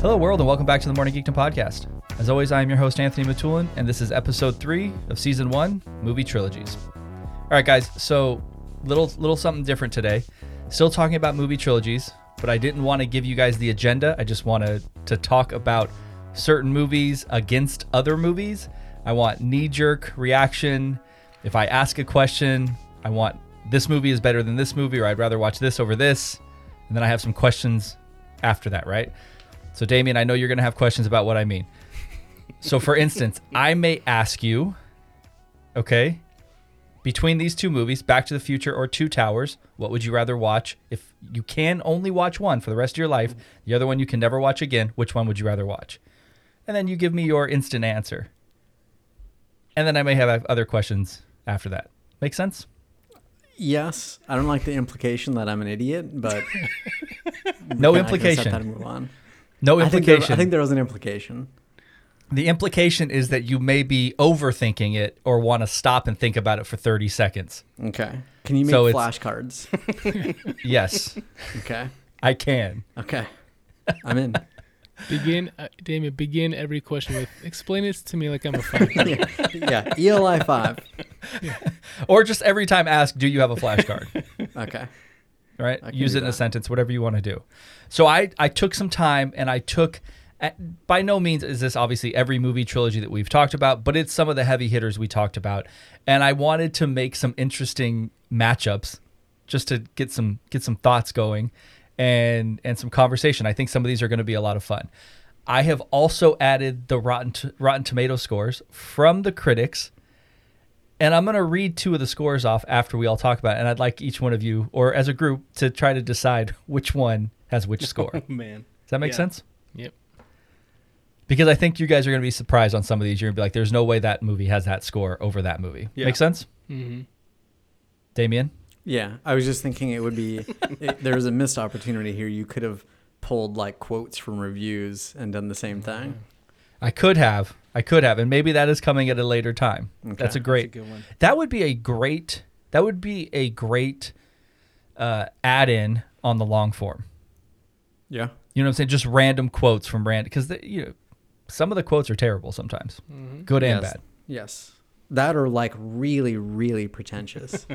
Hello, world, and welcome back to the Morning Geekdom podcast. As always, I am your host, Anthony Matulin, and this is episode three of season one movie trilogies. All right, guys, so little little something different today. Still talking about movie trilogies, but I didn't want to give you guys the agenda. I just wanted to talk about certain movies against other movies. I want knee jerk reaction. If I ask a question, I want this movie is better than this movie, or I'd rather watch this over this. And then I have some questions after that, right? So, Damien, I know you're going to have questions about what I mean. So, for instance, I may ask you, okay, between these two movies, Back to the Future or Two Towers, what would you rather watch? If you can only watch one for the rest of your life, the other one you can never watch again, which one would you rather watch? And then you give me your instant answer. And then I may have other questions after that. Make sense? Yes, I don't like the implication that I'm an idiot, No but I can accept Oh, implication. that and move on. No I think, there, implication. I think there was an implication. The implication is that you may be overthinking it or want to stop and think about it for 30 seconds. Okay. Can you make So it's- flashcards? Yes, okay. I can. Okay. I'm in. Begin, uh, Damien. Begin every question with "Explain this to me like I'm a five. Yeah. yeah. ELI five. Or just every time ask, do you have a flashcard? Okay. right? can Use do it in a that. sentence, whatever you want to do. So I, I took some time and I took, uh, by no means is this obviously every movie trilogy that we've talked about, but it's some of the heavy hitters we talked about. And I wanted to make some interesting matchups just to get some get some thoughts going and and some conversation. I think some of these are going to be a lot of fun. I have also added the Rotten t- Rotten Tomato scores from the critics, and I'm going to read two of the scores off after we all talk about it. And I'd like each one of you, or as a group, to try to decide which one has which score. Does man. that make Yeah. sense? Yep. Because I think you guys are going to be surprised on some of these. You're going to be like, "There's no way that movie has that score over that movie." Yeah. Make sense, Mm-hmm. Damien? Yeah. I was just thinking it would be it, there was a missed opportunity here. You could have pulled like quotes from reviews and done the same Mm-hmm. thing. I could have, I could have, and maybe that is coming at a later time. Okay. That's a great. That's a good one. That would be a great. That would be a great uh, add-in on the long form. Yeah. You know what I'm saying? Just random quotes from random because you know some of the quotes are terrible sometimes, Mm-hmm. good and yes. bad. Yes. That are like really, really pretentious.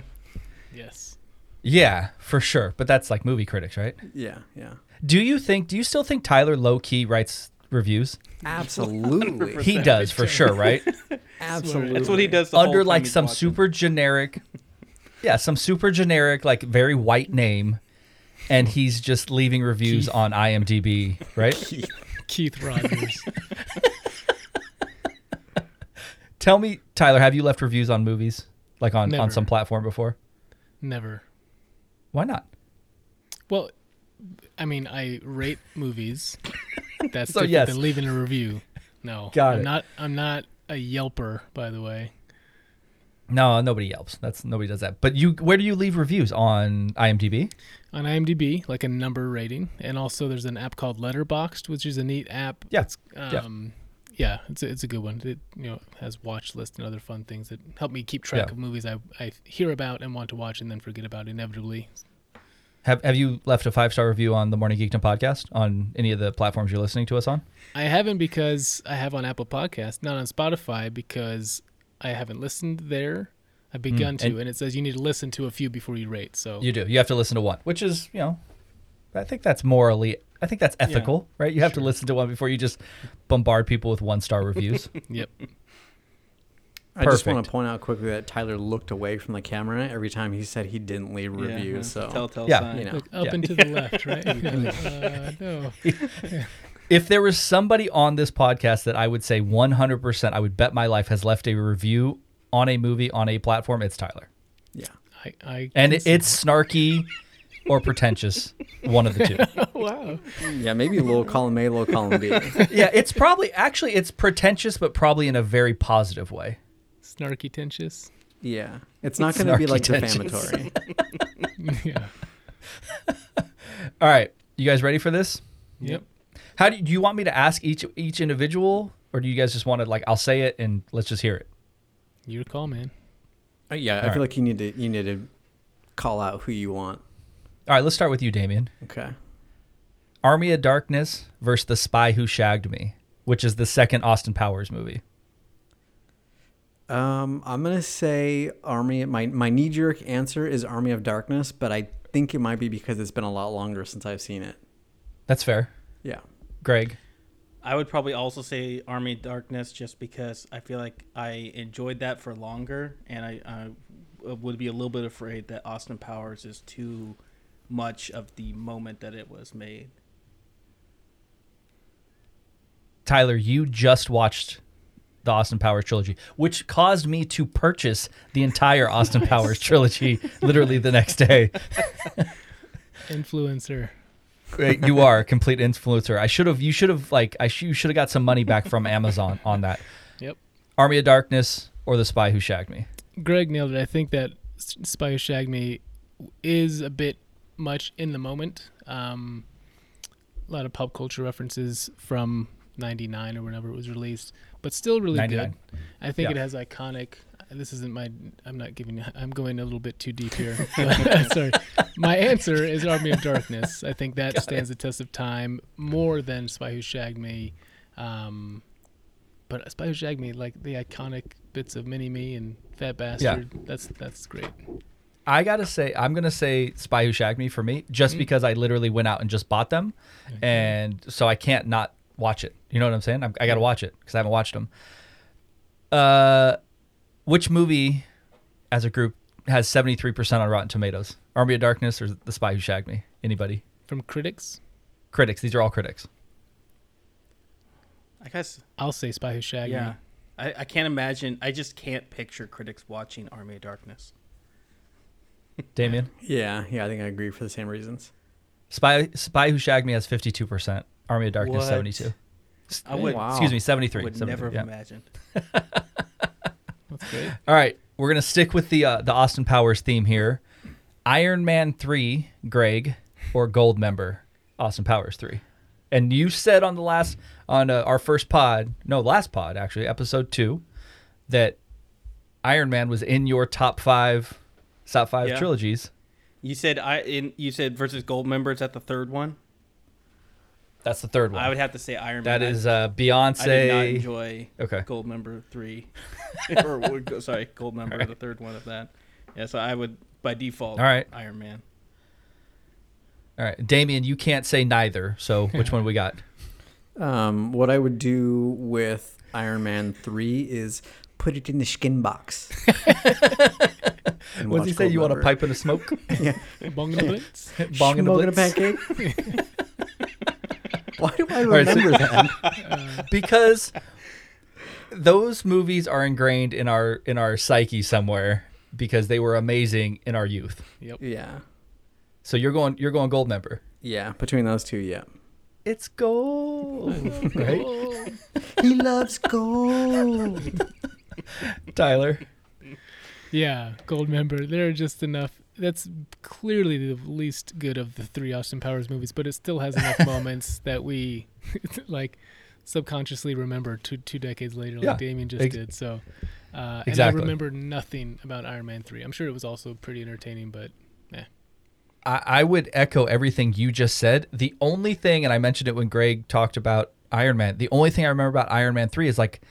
Yes. Yeah, for sure. But that's like movie critics, right? yeah. Yeah. Do you think? Do you still think Tyler low key writes reviews? Absolutely. He does for sure, right? Absolutely. That's what he does. The Under whole time like he's some watching. super generic, yeah, some super generic like very white name, and he's just leaving reviews Keith. on IMDb, right? Keith Rogers. Tell me, Tyler, have you left reviews on movies like on on Never. some platform before? Never. Why not? Well, I mean, I rate movies. That's So, different yes. than leaving a review. No. Got I'm it. Not. I'm not a Yelper, by the way. No, nobody yelps. That's nobody does that. But you, where do you leave reviews on IMDb? On IMDb, like a number rating, and also there's an app called Letterboxd, which is a neat app Yeah, Yeah. Um, yeah. it's a, it's a good one. It you know has watch list and other fun things that help me keep track Yeah. of movies I, I hear about and want to watch and then forget about inevitably. Have Have you left a five star review on the Morning Geekdom podcast on any of the platforms you're listening to us on? I haven't because I have on Apple Podcasts, not on Spotify because I haven't listened there. I've begun to, Hmm, and- and, it says you need to listen to a few before you rate. So You do. You have to listen to one, which is you know, I think that's morally. I think that's ethical, right? You have to listen to one before you just bombard people with one star reviews. yep, I just want Perfect. to point out quickly that Tyler looked away from the camera every time he said he didn't leave Yeah, reviews. uh-huh. So telltale Yeah. sign. you know, look up Yeah. and to the left, right? uh, no, if there was somebody on this podcast that I would say 100%, I would bet my life has left a review on a movie on a platform, it's Tyler. yeah, I, I And can it, see- it's snarky or pretentious, one of the two. wow. yeah, maybe little column A, little column B. Yeah, it's probably actually it's pretentious but probably in a very positive way. snarky tentious. Yeah, it's not going to be Snarky like tensions. defamatory. yeah, All right, you guys ready for this? yep. How do you, do you want me to ask each each individual or do you guys just want to like I'll say it and let's just hear it? Your call, man. Uh, yeah, I All right. feel like you need to you need to call out who you want. All right, let's start with you, Damien. Okay, Army of Darkness versus The Spy Who Shagged Me, which is the second Austin Powers movie. Um, I'm gonna say Army. My my knee jerk answer is Army of Darkness, but I think it might be because it's been a lot longer since I've seen it. That's fair. Yeah. Greg. I would probably also say Army of Darkness just because I feel like I enjoyed that for longer, and I, I would be a little bit afraid that Austin Powers is too much of the moment that it was made. Tyler, you just watched the Austin Powers trilogy, which caused me to purchase the entire Austin Powers trilogy literally the next day. Influencer. Right, Uh, you are a complete influencer. I should have. You should have like. I sh- you should have got some money back from Amazon on that. Yep. Army of Darkness or The Spy Who Shagged Me. Greg nailed it. I think that S- Spy Who Shagged Me is a bit much in the moment. Um, a lot of pop culture references from '99 or whenever it was released, but still really 99. good. I think Yeah. it has iconic. uh, This isn't my. I'm not giving. I'm going a little bit too deep here. But- Sorry. My answer is Army of Darkness. I think that stands the test of time more than Spy Who Shagged Me. Um, but Spy Who Shagged Me, like the iconic bits of Mini Me and Fat Bastard, that's that's great. I gotta say, I'm gonna say Spy Who Shagged Me for me, just because I literally went out and just bought them, and so I can't not watch it. You know what I'm saying? I'm, I gotta watch it because I haven't watched them. Uh, which movie, as a group, has 73% on Rotten Tomatoes? Army of Darkness or The Spy Who Shagged Me? Anybody? From critics, Critics. These are all critics. I guess, I'll say Spy Who Shagged yeah. Me. I, I can't imagine. I just can't picture critics watching Army of Darkness. Damien. Yeah. Yeah. I think I agree for the same reasons. Spy Spy Who Shagged Me has 52%. Army of Darkness What? 72. I would, Wow. Excuse me, 73. would 73, never have yeah. imagined. That's great. All right, we're gonna stick with the uh, the Austin Powers theme here. Iron Man three, Greg, or Gold Member, Austin Powers three. And you said on the last on uh, our first pod, no, last pod actually, episode two, that Iron Man was in your top five, top five Yeah. trilogies. You said I in you said versus gold members at the third one. That's the third one. I would have to say Iron that Man. is uh, I, I did not Beyonce. enjoy okay. gold member three, or would go- sorry, gold member the third one of that. Yeah, so I would by default. All right. Iron Man. All right, Damien, you can't say neither. So which one we got? Um, what I would do with Iron Man three is put it in the skin box. And What did watch he say? Gold You want a Member. pipe and a smoke? Yeah. Bong and the Blitz. Bong and a Schmog blitz? pancake. Why do I right, so- remember that? Uh, because those movies are ingrained in our in our psyche somewhere because they were amazing in our youth. Yep. Yeah. So you're going you're going gold member. Yeah. Between those two, yeah. It's gold, right? Oh. He loves gold. Tyler. Yeah, gold member. There are just enough. That's clearly the least good of the three Austin Powers movies, but it still has enough moments that we, like, subconsciously remember two two decades later, like Yeah, Damien just ex- did. So, uh, Exactly. and I remember nothing about Iron Man three. I'm sure it was also pretty entertaining, but I, I would echo everything you just said. The only thing, and I mentioned it when Greg talked about Iron Man, the only thing I remember about Iron Man 3 is like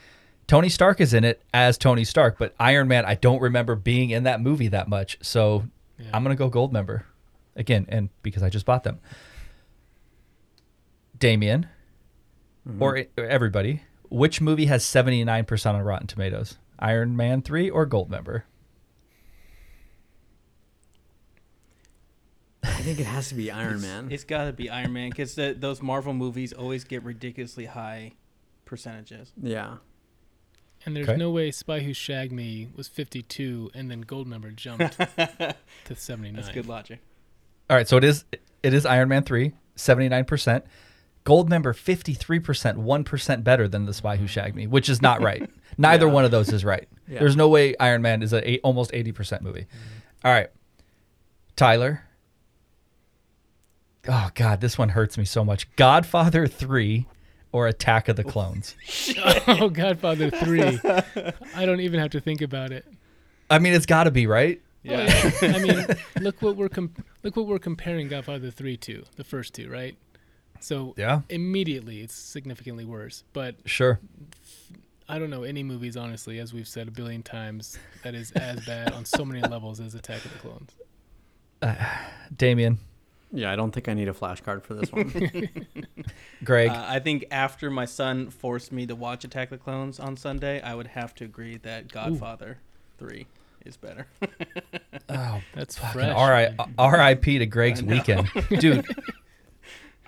Tony Stark is in it as Tony Stark, but Iron Man, I don't remember being in that movie that much. So Yeah. I'm going to go gold member again, and because I just bought them. Damien, or e- or everybody, which movie has 79% on Rotten Tomatoes? Iron Man 3 or Gold Member? I think it has to be Iron Man. It's got to be Iron Man because those Marvel movies always get ridiculously high percentages. yeah. and there's Okay. no way Spy Who Shagged Me was 52 and then gold member jumped to 79. That's good logic. All right, so it is it is Iron Man 3, 79%. Gold member 53%, 1% better than The Spy Who Shagged Me, which is not right. Neither Yeah. one of those is right. Yeah. There's no way Iron Man is a eight, almost 80% movie. All right. Tyler. Oh god, this one hurts me so much. Godfather 3 or Attack of the Clones. oh, Godfather three. I don't even have to think about it. I mean, it's got to be, right? Yeah. I mean, look what we're com- look what we're comparing Godfather three to the first two, right? So Yeah. immediately it's significantly worse. But Sure. I don't know any movies, honestly, as we've said a billion times, that is as bad on so many levels as Attack of the Clones. Damien, Yeah, I don't think I need a flashcard for this one. Greg, Uh, I think after my son forced me to watch Attack of the Clones on Sunday, I would have to agree that Godfather 3 is better. oh, That's fucking fresh. RI R.I.P. to Greg's I know. weekend, dude.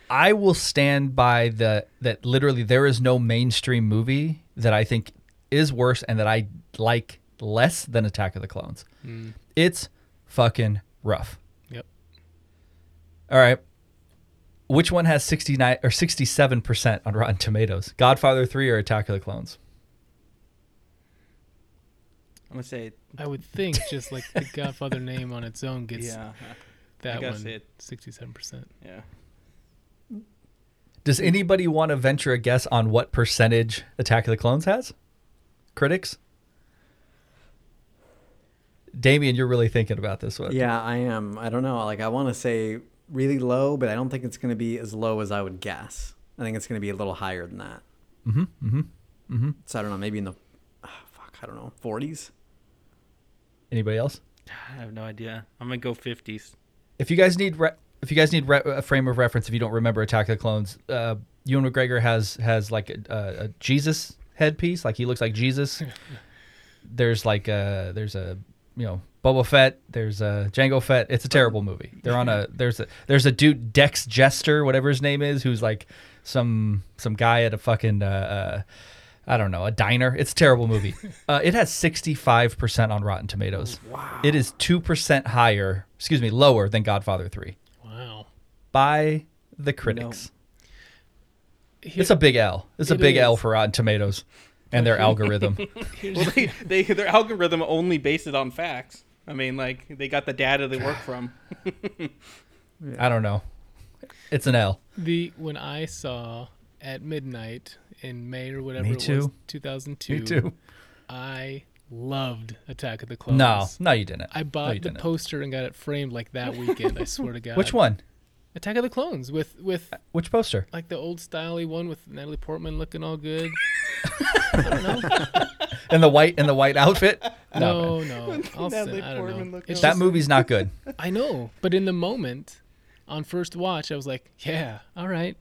I will stand by the that literally there is no mainstream movie that I think is worse and that I like less than Attack of the Clones. Mm, It's fucking rough. Yep. All right. Which one has 69 or 67% on Rotten Tomatoes? Godfather 3 or Attack of the Clones? I'm going to say, I would think just like the Godfather name on its own gets yeah. that gotta say one it. sixty-seven percent. Yeah. Does anybody want to venture a guess on what percentage Attack of the Clones has? Critics? Damien, you're really thinking about this one. yeah, I am. I don't know. Like, I want to say really low, but I don't think it's going to be as low as I would guess. I think it's going to be a little higher than that. Mm-hmm. Mm-hmm. Mm-hmm. So I don't know. Maybe in the ah, fuck, I don't know, 40s. Anybody else? I have no idea. I'm going to go 50s. If you guys need re- if you guys need re- a frame of reference, if you don't remember Attack of the Clones, uh, Ewan McGregor has has like a, a, a Jesus headpiece, like he looks like Jesus. there's like a there's a you know Boba Fett, there's a Django Fett. It's a terrible movie. They're on a there's a there's a dude Dex Jester, whatever his name is, who's like some some guy at a fucking. Uh, uh, I don't know, a diner. It's a terrible movie. Uh, it has 65% on Rotten Tomatoes. Wow. It is 2% higher, excuse me, lower than Godfather 3 Wow. by the critics. Here- It's a big L. It's a It big L is. for Rotten Tomatoes and their algorithm. here's- Well, they, they their algorithm only based it on facts. I mean, like they got the data they work from. I don't know. It's an L. the when I saw at midnight in May or whatever Me it was, too. two thousand two. I loved Attack of the Clones. No, no, you didn't. I No, bought you the didn't. poster and got it framed like that weekend. I swear to God. Which one? Attack of the Clones with with Which poster? like the old styley one with Natalie Portman looking all good. In the white in the white outfit? No. No, no. I'll send, Natalie I don't Portman know. looking It's all That just, movie's not good. I know, but in the moment, on first watch, I was like, yeah, all right.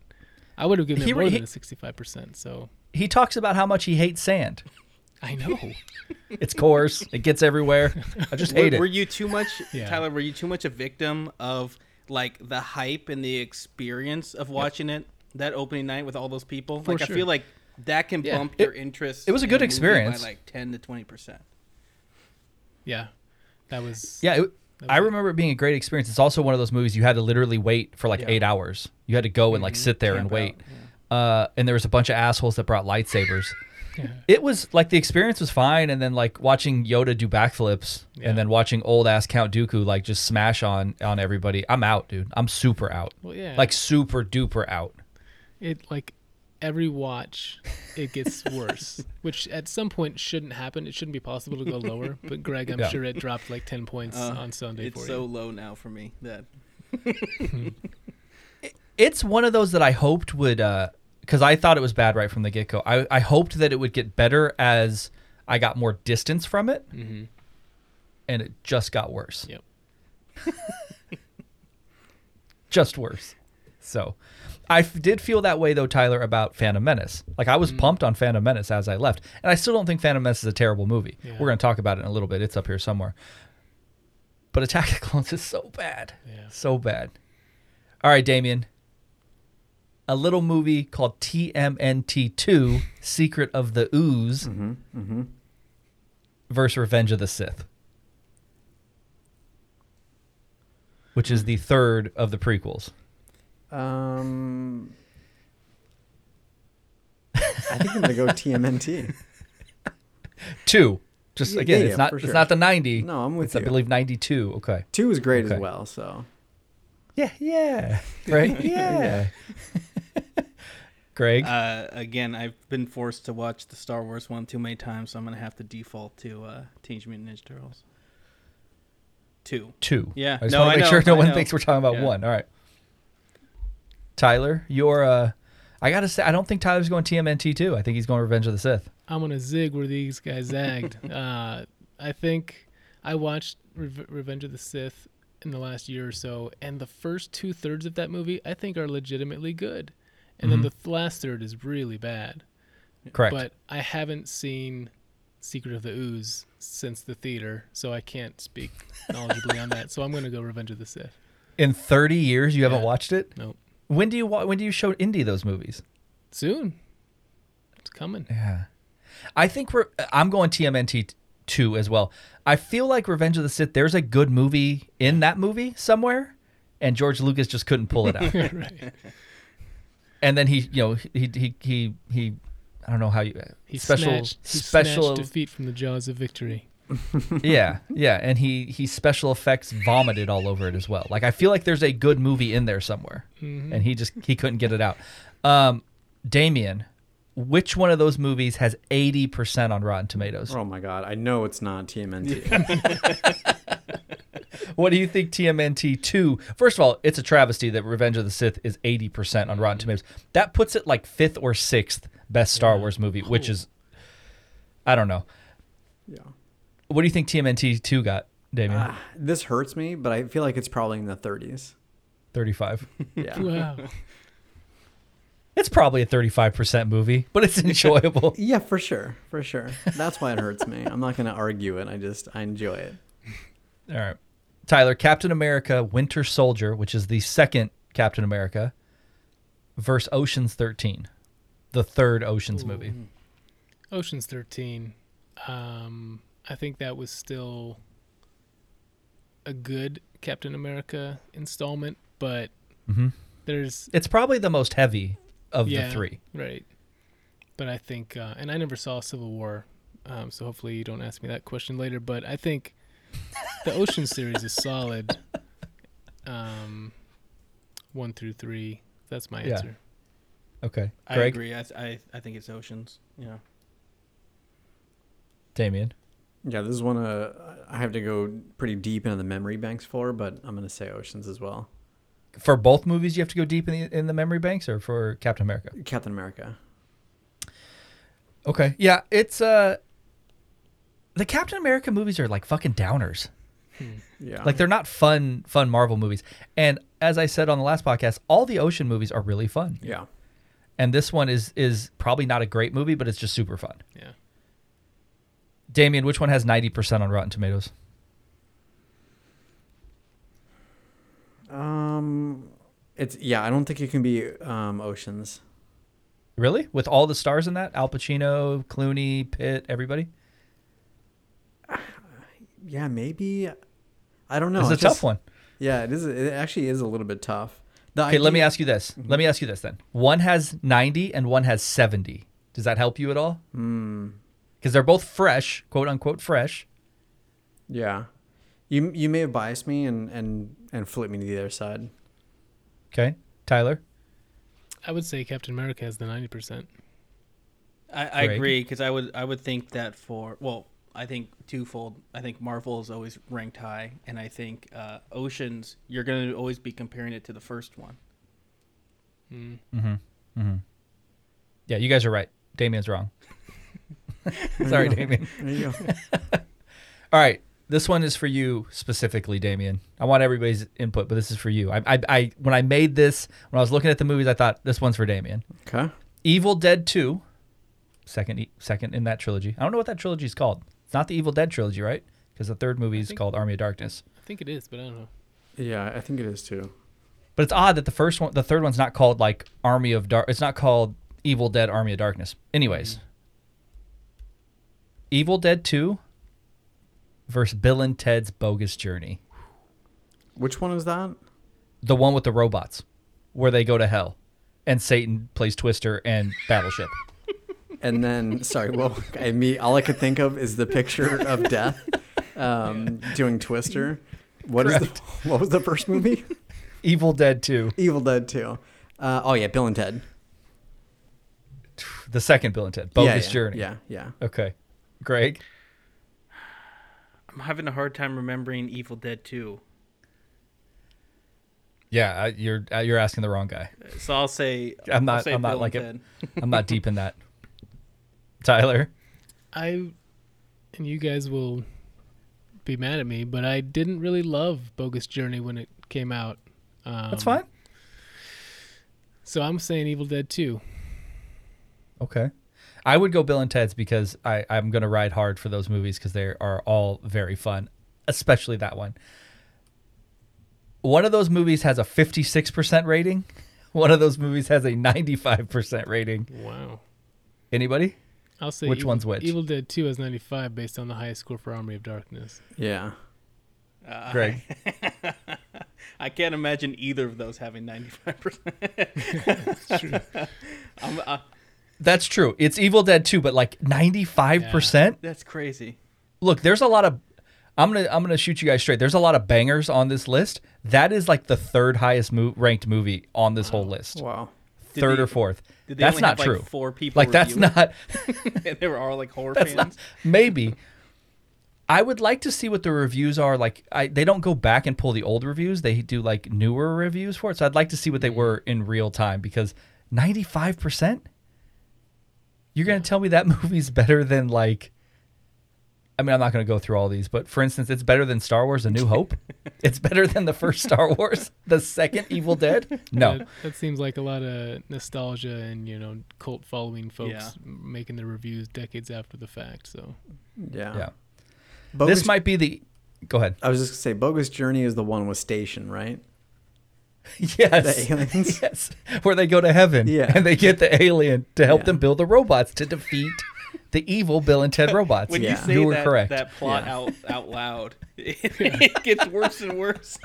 I would have given He it more re- than he- a sixty-five percent. So He talks about how much he hates sand. I know. It's coarse. it gets everywhere. I just hate were, were it. you too much, Yeah. Tyler? Were you too much a victim of like the hype and the experience of watching it that opening night with all those people? For like sure. I feel like that can Yeah. bump It- your interest. it was a in good movie experience. by like ten to twenty percent. Yeah, that was. Yeah, it, I remember it being a great experience. It's also one of those movies you had to literally wait for like Yeah. eight hours. You had to go and Mm-hmm. like sit there and wait. Uh, and there was a bunch of assholes that brought lightsabers. Yeah. It was like the experience was fine, and then like watching Yoda do backflips, Yeah. and then watching old ass Count Dooku like just smash on on everybody. I'm out, dude. I'm super out, Well, yeah. like super duper out. it like every watch it gets worse which at some point shouldn't happen it shouldn't be possible to go lower but greg i'm Yeah. sure it dropped like 10 points Uh, on sunday It's for so you low now for me that It's one of those that I hoped would, because I thought it was bad right from the get go. I, I hoped that it would get better as I got more distance from it, mm-hmm. and it just got worse. Yep. just worse. So, I f- did feel that way though, Tyler, about Phantom Menace. Like I was Mm-hmm. pumped on Phantom Menace as I left, and I still don't think Phantom Menace is a terrible movie. Yeah. We're going to talk about it in a little bit. It's up here somewhere. But Attack of the Clones is so bad, Yeah. so bad. All right, Damien. A little movie called TMNT2: Secret of the Ooze Mm-hmm, mm-hmm. versus Revenge of the Sith, which is the third of the prequels. Um, I think I'm gonna go TMNT. Two. Just Yeah, again, yeah, it's yeah, not for it's sure. not the ninety. No, I'm with it's I you. believe ninety two. Okay. Two is great Okay. as well. So Yeah, yeah. Right? yeah. Greg. uh, again, I've been forced to watch the Star Wars one too many times, so I'm gonna have to default to uh, Teenage Mutant Ninja Turtles two. two. yeah. I just No, want I to make know, sure no I one know. thinks we're talking about Yeah. one. All right. Tyler, you're uh, I gotta say, I don't think Tyler's going TMNT two. I think he's going Revenge of the Sith. I'm gonna zig where these guys zagged. uh, I think I watched Reve- Revenge of the Sith in the last year or so, and the first two thirds of that movie I think are legitimately good, and then the th- last third is really bad. Correct. But I haven't seen Secret of the Ooze since the theater, so I can't speak knowledgeably on that. So I'm gonna go Revenge of the Sith. In 30 years, you haven't Yeah. watched it. Nope. When do you wa- when do you show Indy those movies? Soon, it's coming. Yeah, I think we're. I'm going TMNT two as well. I feel like Revenge of the Sith. There's a good movie in that movie somewhere, and George Lucas just couldn't pull it out. right. and then he, you know, he he he he. I don't know how you. He special snatched, he special. snatched defeat from the jaws of victory. yeah, yeah, and he he special effects vomited all over it as well. Like I feel like there's a good movie in there somewhere, and he just he couldn't get it out. Um, Damien, which one of those movies has eighty percent on Rotten Tomatoes? Oh my god, I know it's not TMNT. What do you think TMNT 2? First of all, it's a travesty that Revenge of the Sith is 80% on Rotten Tomatoes. That puts it like fifth or sixth best Star Wars movie, which is, I don't know. yeah. What do you think TMNT 2 got, Damien? Ah, this hurts me, but I feel like it's probably in the 30s. 35. Yeah. Wow. It's probably a 35% movie, but it's enjoyable. Yeah, for sure. For sure. That's why it hurts me. I'm not going to argue it. I just, I enjoy it. all right. Tyler, Captain America Winter Soldier, which is the second Captain America, versus Ocean's 13, the third Ocean's movie. Ocean's Thirteen. Um, I think that was still a good Captain America installment, but Mhm. there's It's probably the most heavy of yeah, the three. right. But I think, uh, and I never saw Civil War, um, so hopefully you don't ask me that question later. But I think the Ocean series is solid. Um, one through three. That's my Yeah. answer. Okay. I Greg? agree. I, I I think it's oceans. Yeah. Damien. Yeah, this is one uh, I have to go pretty deep into the memory banks for, but I'm going to say Oceans as well. For both movies, you have to go deep in the, in the memory banks, or for Captain America. Captain America. Okay, yeah, it's uh, the Captain America movies are like fucking downers. Hmm. Yeah. Like they're not fun, fun Marvel movies. And as I said on the last podcast, all the Ocean movies are really fun, yeah. and this one is is probably not a great movie, but it's just super fun. Yeah. Damien, which one has ninety percent on Rotten Tomatoes? Um, it's, yeah, I don't think it can be um, Oceans. Really, with all the stars in that, Al Pacino, Clooney, Pitt, everybody. Yeah, maybe. I don't know. it's a It's tough just- one. Yeah, it is. It actually is a little bit tough. The Okay, let me idea- ask you this. Let me ask you this then. One has 90 and one has 70. Does that help you at all? Hmm. Because they're both fresh, quote unquote fresh. Yeah, you you may have biased me and and and flipped me to the other side. Okay. Tyler? I would say Captain America has the ninety percent. I, I Greg? agree because I would I would think that for well I think twofold I think Marvel is always ranked high and I think uh, Oceans you're gonna always be comparing it to the first one Hmm. Yeah, you guys are right. Damien's wrong. Sorry, Damien. There you go. All right. This one is for you specifically, Damien. I want everybody's input, but this is for you. I, I, I when I made this, when I was looking at the movies, I thought this one's for Damien. okay. Evil Dead 2, second e, second in that trilogy. I don't know what that trilogy is called. It's not the Evil Dead trilogy, right? Because the third movie is think- called Army of Darkness. I think it is, but I don't know. Yeah, I think it is too. But it's odd that the first one, the third one's not called like Army of Dark. It's not called Evil Dead Army of Darkness. Anyways, Evil Dead Two versus Bill and Ted's Bogus Journey, Which one was that? the one with the robots, where they go to hell, and Satan plays Twister and Battleship. And then, sorry, well, I me all I could think of is the picture of death, um, doing Twister. What is the, what was the first movie? Evil Dead Two, Evil Dead Two. Uh, oh yeah, Bill and Ted. the second Bill and Ted Yeah, Bogus yeah, Journey. Yeah, yeah. Okay, Greg. I'm having a hard time remembering Evil Dead Two Yeah, I- you're uh, you're asking the wrong guy. So I'll say I'm not- I'll say I'm not Bill and like it. Ted. I'm not deep in that. Tyler, I and you guys will be mad at me, but I didn't really love Bogus Journey when it came out. Um, that's fine. So I'm saying Evil Dead 2. Okay. I would go Bill and Ted's because I, I'm going to ride hard for those movies because they are all very fun, especially that one. One of those movies has a 56% rating, one of those movies has a 95% rating. Wow. Anybody? I'll say Which Evil- one's which? Evil Dead 2 has 95 based on the highest score for Army of Darkness. Yeah. Uh, Greg. I can't imagine either of those having 95%. I'm, uh, That's true. It's Evil Dead 2, but like 95%? that's crazy. Look, there's a lot of I'm going to I'm going to shoot you guys straight. There's a lot of bangers on this list. That is like the third highest mo- ranked movie on this whole list. Wow. Did Third they- or fourth. Did they That's only not have, true. Like four people. like that's review it? not and they were all like horror That's fans. not maybe. I would like to see what the reviews are like. I, they don't go back and pull the old reviews; they do like newer reviews for it. So I'd like to see what they were in real time because ninety five percent. You're gonna tell me that movie's better than like. I mean, I'm not gonna go through all these, but for instance, it's better than Star Wars: A New Hope. it's better than the first Star Wars, the second Evil Dead. No, That, that seems like a lot of nostalgia and, you know, cult following folks Yeah. making their reviews decades after the fact. So Yeah. yeah, Bogus, this might be the. Go ahead. I was just gonna say, Bogus Journey is the one with Station, right? Yes. The aliens? Yes. Where they go to heaven. Yeah. And they get the alien to help Yeah. them build the robots to defeat the evil Bill and Ted robots. When you Yeah. say You were that, correct. that plot Yeah. out out loud, it, gets worse and worse.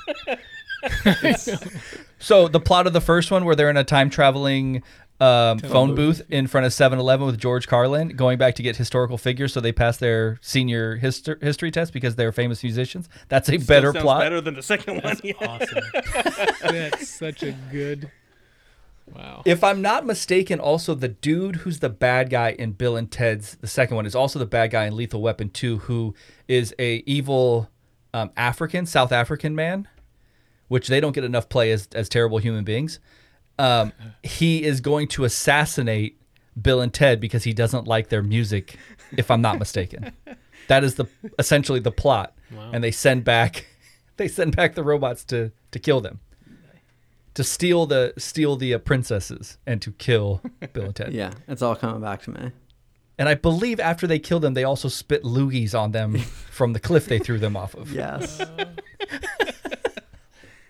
So the plot of the first one where they're in a time traveling um, phone booth. booth. in front of 7-Eleven with George Carlin going back to get historical figures so they pass their senior histo- history test because they're famous musicians. That's a better Sounds plot. Better than the second one. that's awesome. that's such a good. Wow. If I'm not mistaken, also the dude who's the bad guy in Bill and Ted's the second one is also the bad guy in Lethal Weapon 2, who is a evil um, African, South African man, which they don't get enough play as as terrible human beings. Um, he is going to assassinate Bill and Ted because he doesn't like their music, if I'm not mistaken. that is the essentially the plot, Wow. and they send back they send back the robots to to kill them to steal the steal the uh, princesses and to kill Bill and Ted. Yeah, it's all coming back to me. And I believe after they kill them, they also spit loogies on them from the cliff they threw them off of. Yes.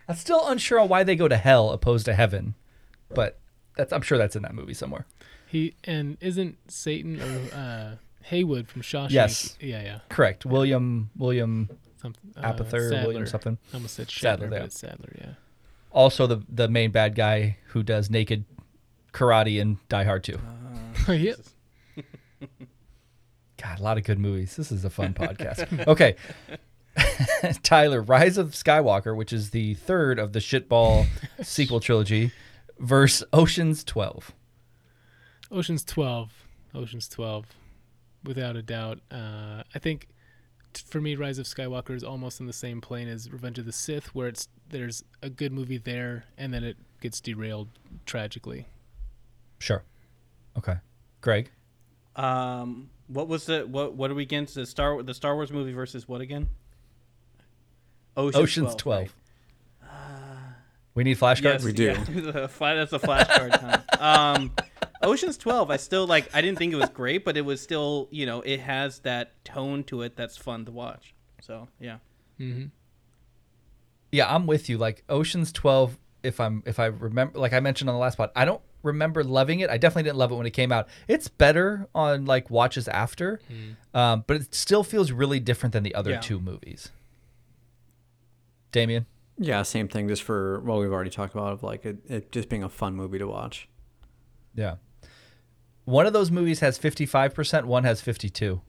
I'm still unsure on why they go to hell opposed to heaven, but that's I'm sure that's in that movie somewhere. He and isn't Satan or uh, Haywood from Shawshank? Yes. Yeah, yeah. Correct. William William Something. uh, Apather, Sadler. William something. I almost said Sadler, Sadler, but yeah. it's Sadler. Yeah. Also the the main bad guy who does naked karate in Die Hard 2. Oh, yeah. God, a lot of good movies. This is a fun podcast. Okay. Tyler, Rise of Skywalker, which is the third of the shitball sequel trilogy, versus Oceans 12. Ocean's Twelve. Ocean's Twelve, without a doubt. Uh, I think t- for me, Rise of Skywalker is almost on the same plane as Revenge of the Sith, where it's there's a good movie there, and then it gets derailed tragically. Sure. Okay. Greg, Um, what was the what? What are we against? The Star the Star Wars movie versus what again? Ocean's, Ocean's 12. 12. right? we need flashcards? Yes, We do. yeah. The fla- that's a flash card time. Um, Ocean's Twelve. I still like. I didn't think it was great, but it was still. You know, it has that tone to it that's fun to watch. So yeah, Yeah, I'm with you. Like Ocean's 12, if I'm if I remember like I mentioned on the last pod, I don't remember loving it. I definitely didn't love it when it came out. It's better on like watches after. Um, but it still feels really different than the other Yeah. two movies. Damien? yeah, same thing. Just for what we've already talked about, of like it, it just being a fun movie to watch. Yeah. One of those movies has 55%, one has 52.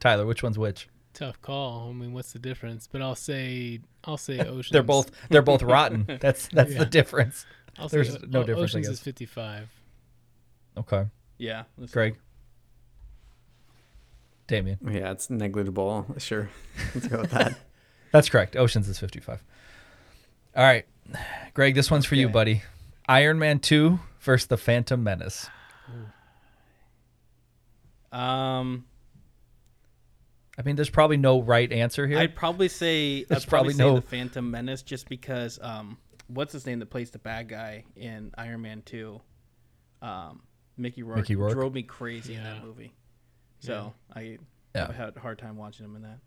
Tyler, which one's which? Tough call. I mean, what's the difference? But I'll say I'll say Ocean's. They're both they're both rotten. That's that's the Yeah. difference. I'll There's say, no O- difference, I Ocean's guess. is 55. Okay. yeah. Let's- Greg. Damien. Yeah, it's negligible. Sure, let's go with that. That's correct. Oceans is 55. All right, Greg, this one's for you, Okay. buddy. Iron Man two versus the Phantom Menace. Um, I mean, there's probably no right answer here. I'd probably say There's I'd probably probably, say no- the Phantom Menace just because um, what's his name that plays the bad guy in Iron Man Two, um, Mickey Rourke, Mickey Rourke. drove me crazy in that Yeah. movie. So I Yeah. I had a hard time watching him in that.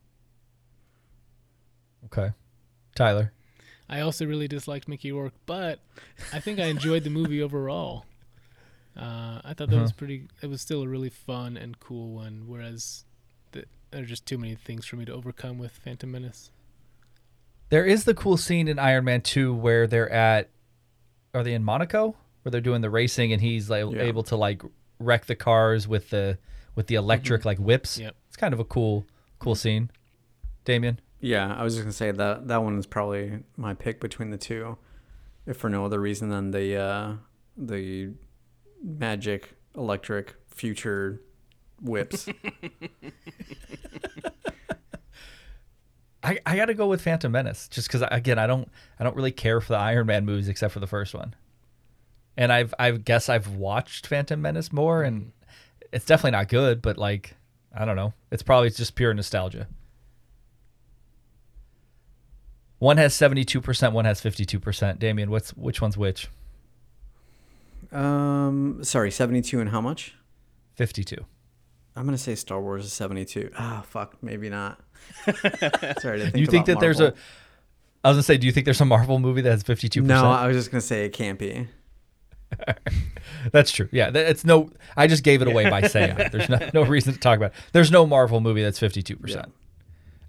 okay, Tyler. I also really disliked Mickey Rourke, but I think I enjoyed the movie overall. Uh, I thought that Uh-huh. was pretty. It was still a really fun and cool one. Whereas the, there are just too many things for me to overcome with Phantom Menace. There is the cool scene in Iron Man 2 where they're at are they in Monaco where they're doing the racing and he's like Yeah. able to like wreck the cars with the with the electric like whips. Yep. It's kind of a cool cool scene. Damien. Yeah, I was just gonna say that that one is probably my pick between the two, if for no other reason than the uh, the magic electric future whips. I, I got to go with Phantom Menace just cuz again I don't I don't really care for the Iron Man movies except for the first one. And I've I guess I've watched Phantom Menace more and it's definitely not good but like I don't know. It's probably just pure nostalgia. One has 72%, one has 52%. Damien, what's which one's which? um, sorry, seventy two and how much? 52. I'm gonna say Star Wars is seventy two. Ah, fuck, maybe not. sorry, to think Do you think that about there's a Marvel. I was going to say do you think there's a Marvel movie that has 52%? No, I was just gonna say it can't be. That's true. Yeah, that, it's no. I just gave it away by saying it. There's no, no reason to talk about it. There's no Marvel movie that's 52. percent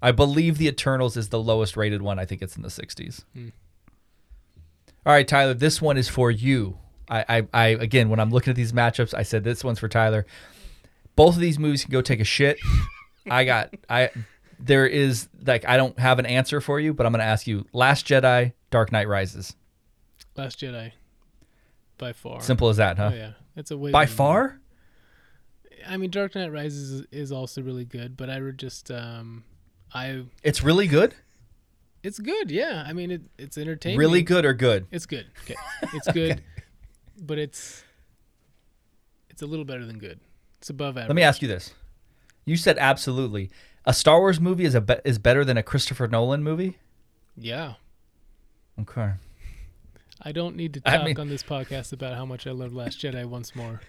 I believe the Eternals is the lowest rated one. I think it's in the 60s. Hmm. All right, Tyler, this one is for you. I, I, I again, when I'm looking at these matchups, I said this one's for Tyler. Both of these movies can go take a shit. I got I. There is like I don't have an answer for you, but I'm going to ask you: Last Jedi, Dark Knight Rises. Last Jedi, by far. Simple as that, huh? Oh yeah, it's a way By far. I mean, Dark Knight Rises is- is also really good, but I would just um, I It's really good, it's good. Yeah, I mean it, it's entertaining. really good or good. It's good. Okay. It's good, but it's it's a little better than good. It's above average. Let me ask you this: You said absolutely. A Star Wars movie is a be- is better than a Christopher Nolan movie. Yeah, Okay. I don't need to I talk mean- on this podcast about how much I love Last Jedi once more.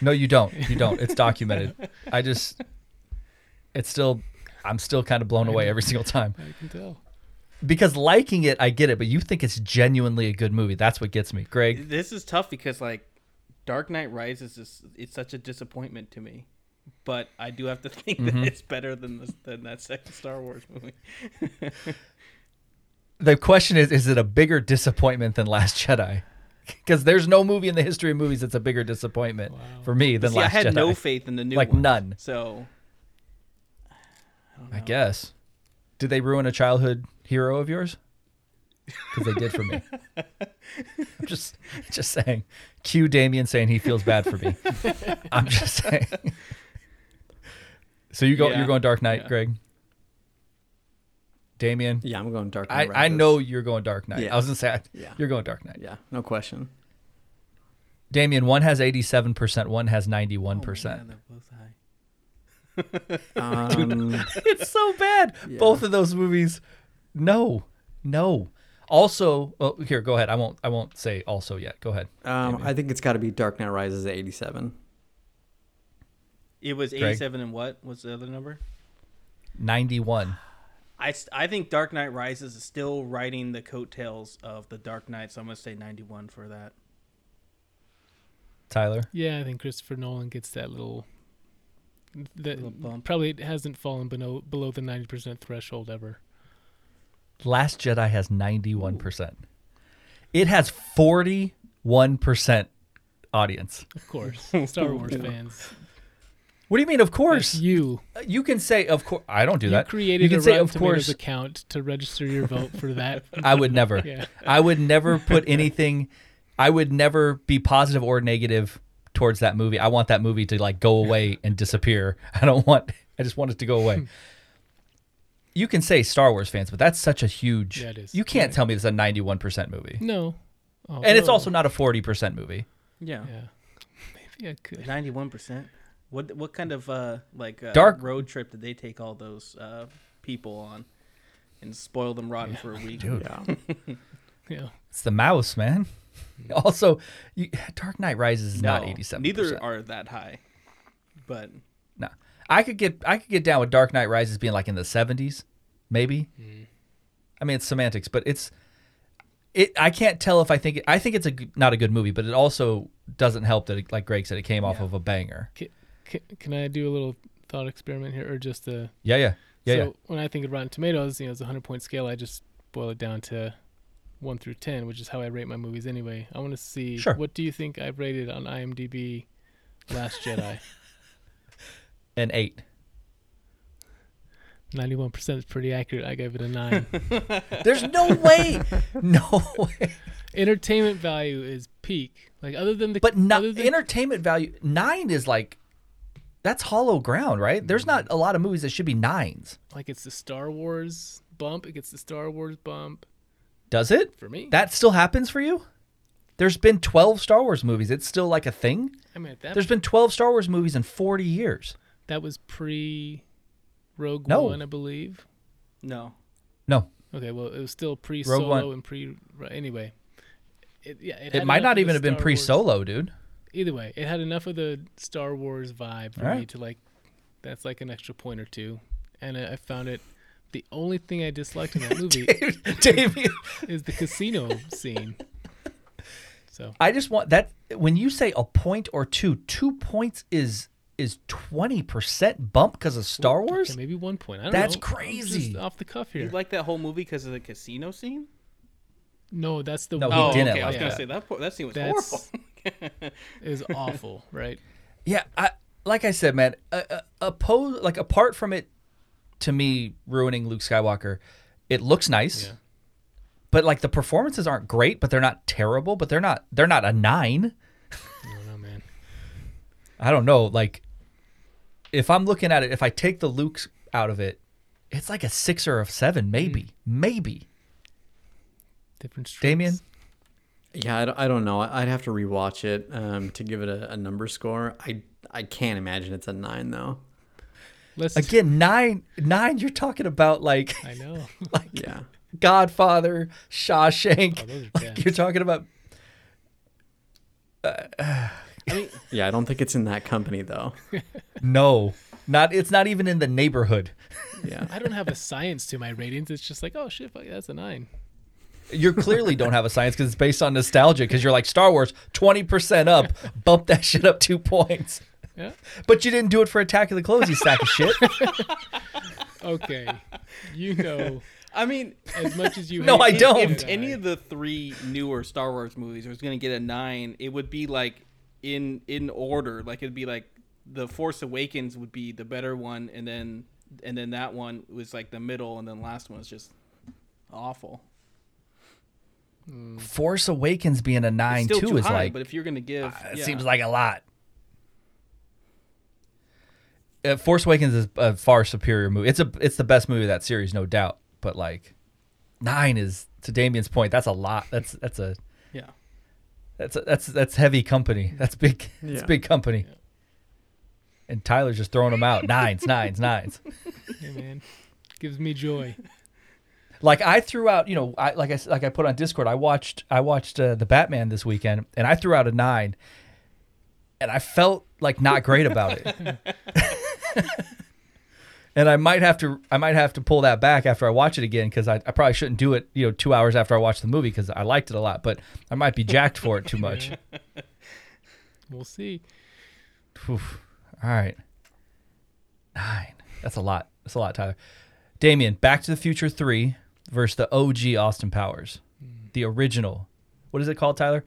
No, you don't. You don't. It's documented. I just, it's still, I'm still kind of blown away every single time I can tell. because liking it, I get it, but you think it's genuinely a good movie. That's what gets me, Greg. This is tough because like Dark Knight Rises is it's such a disappointment to me. But I do have to think Mm-hmm. that it's better than this, than that second Star Wars movie. The question is, is it a bigger disappointment than Last Jedi? Because there's no movie in the history of movies that's a bigger disappointment for me than See, I Last had Jedi. no faith in the new Like, ones, none. So I guess. Did they ruin a childhood hero of yours? Because they did for me. I'm just, just saying. Cue Damien saying he feels bad for me. I'm just saying. So you go, Yeah. you're going Dark Knight, Yeah. Greg. Damien, Yeah, I'm going Dark. I, Knight I Rises. know you're going Dark Knight. Yeah. I was gonna say I- Yeah. you're going Dark Knight. Yeah, no question. Damien, one has 87 percent, one has 91 Oh, percent. man, they're both high. Um, it's so bad. Yeah. Both of those movies. No, no. Also, well, here, go ahead. I won't. I won't say also yet. Go ahead. um, I think it's got to be Dark Knight Rises at 87. It was Greg? 87 and what was the other number? Ninety-one. I, s- I think Dark Knight Rises is still riding the coattails of the Dark Knight, so I'm going to say 91 for that. Tyler. Yeah, I think Christopher Nolan gets that little that Little bump. probably it hasn't fallen below below the ninety percent threshold ever. Last Jedi has ninety-one percent. It has forty-one percent audience. Of course, Star Wars fans, What do you mean? Of course, you you can say of course. I don't do you that. created you can a say Rotten of Tomatoes course. account to register your vote for that. I would never. Yeah. I would never put anything. I would never be positive or negative towards that movie. I want that movie Hmm. to like go away and disappear. I don't want. I just want it to go away. you can say Star Wars fans, but that's such a huge. Yeah, it is. You can't tell me it's a 91% movie. No. Oh, And it's no. also not a 40% movie. Yeah, Yeah. Maybe I could. ninety-one percent. What what kind of uh like uh, Dark- road trip did they take all those uh people on, and spoil them rotten for a week? Dude. Yeah. Yeah. It's the mouse, man. Hmm. Also, you, Dark Knight Rises is not No, 87%. Neither are that high, but No. I could get I could get down with Dark Knight Rises being like in the 70s, maybe. Mm. I mean, it's semantics, but it's it I can't tell if I think it, I think it's a g- not a good movie, but it also doesn't help that it, like Greg said it came off of a banger. Can, can, can I do a little thought experiment here, or just a? Yeah, yeah. Yeah, so yeah. when I think of Rotten Tomatoes, you know, it's a hundred point scale. I just boil it down to one through ten, which is how I rate my movies anyway. I want to see Sure. what do you think I rated on IMDb Last Jedi. An 8. Ninety-one percent is pretty accurate. I gave it a nine. There's no way. No way. Entertainment value is peak. Like other than the But not other than- entertainment value. Nine is like that's hollow ground, right? There's Mm. not a lot of movies that should be nines. like it's the Star Wars bump. It gets the Star Wars bump Does it? for me. That still happens for you? There's been 12 Star Wars movies. It's still like a thing. I mean, at that There's been 12 Star Wars movies in 40 years. that was pre Rogue No. One, I believe. no, No, Okay, well, it was still pre Rogue Solo One. and pre. right, Anyway, it, yeah, it might not even have been pre Solo. Solo, dude. Either way, it had enough of the Star Wars vibe for me Alright. to like. That's like an extra point or two, and I, I found it. The only thing I disliked in that movie Dave, is the casino scene. So I just want that when you say a point or two, two points is is 20% bump because of Star okay, Wars? maybe one point. I don't That's know. I'm just crazy. off the cuff you here. like that whole movie because of the casino scene? no, that's the No, he oh, one didn't okay. I was like gonna that. say that po- that scene was That's- horrible. is awful, right? Yeah, I like I said, man. Uh, uh, oppose like apart from it, to me ruining Luke Skywalker, it looks nice, Yeah. but like the performances aren't great, but they're not terrible, but they're not they're not a nine. I don't know, man. I don't know. Like, if I'm looking at it, if I take the Luke's out of it, it's like a six or a seven, maybe, Hmm. maybe. Different strokes. Damien, Yeah, I don't, I don't know. I- I'd have to rewatch it um, to give it a, a number score. I I can't imagine it's a nine though. Let's again, nine, nine. You're talking about like I know. like Yeah, Godfather, Shawshank. Oh, those are like bad. you're talking about yeah. I don't think it's in that company though. No, not it's not even in the neighborhood. Yeah, I don't have a science to my ratings. It's just like, oh shit, fuck, that's a nine. You clearly don't have a science because it's based on nostalgia. Because you're like Star Wars, twenty percent up, bump that shit up two points. Yeah. But you didn't do it for Attack of the Clones, you sack of shit. Okay. You know I mean, as much as you. No, hate I me, don't. if Jedi. any of the three newer Star Wars movies was gonna get a nine, it would be like in in order. Like it'd be like the Force Awakens would be the better one, and then and then that one was like the middle, and then last one was just awful. Force Awakens being a It's nine still too, too is high, like but if you're gonna give, it yeah. seems like a lot. Uh, Force Awakens is a far superior movie. It's a it's the best movie of that series, no doubt. But like nine is to Damien's point. That's a lot. That's that's a yeah. That's that's that's heavy company. That's big. That's Yeah. big company. And Tyler's just throwing them out. Nines, nines, nines. Yeah, man. Gives me joy. Like I threw out, you know, I like I s- like I put on Discord. I watched I watched uh, the Batman this weekend, and I threw out a nine, and I felt like not great about it. and I might have to I might have to pull that back after I watch it again because I, I probably shouldn't do it, you know, two hours after I watch the movie because I liked it a lot, but I might be jacked for it too much. We'll see. Oof. All right. Nine. That's a lot. That's a lot, Tyler. Damien, Back to the Future 3 versus the OG Austin Powers. Hmm. The original. What is it called, Tyler?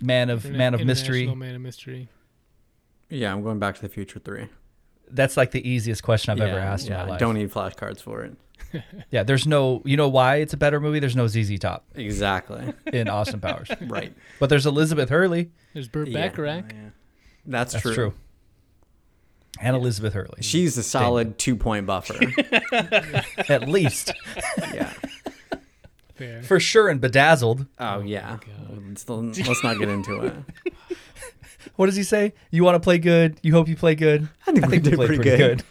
Man of Interna- Man of Mystery. International Man of Mystery. yeah. I'm going back to the Future three. That's like the easiest question I've yeah, ever asked yeah, in my life. Don't need flashcards for it. Yeah, there's no you know why it's a better movie? There's no ZZ Top Exactly. in Austin Powers. right. But there's Elizabeth Hurley. There's Burt Oh, Yeah. Bacharach. yeah. That's, That's true. true. and Elizabeth Hurley. She's a solid two point buffer. At least. yeah. Fair. For sure and bedazzled. Oh, yeah. Let's, let's not get into it. What does he say? You want to play good. You hope you play good. I think we did played pretty good.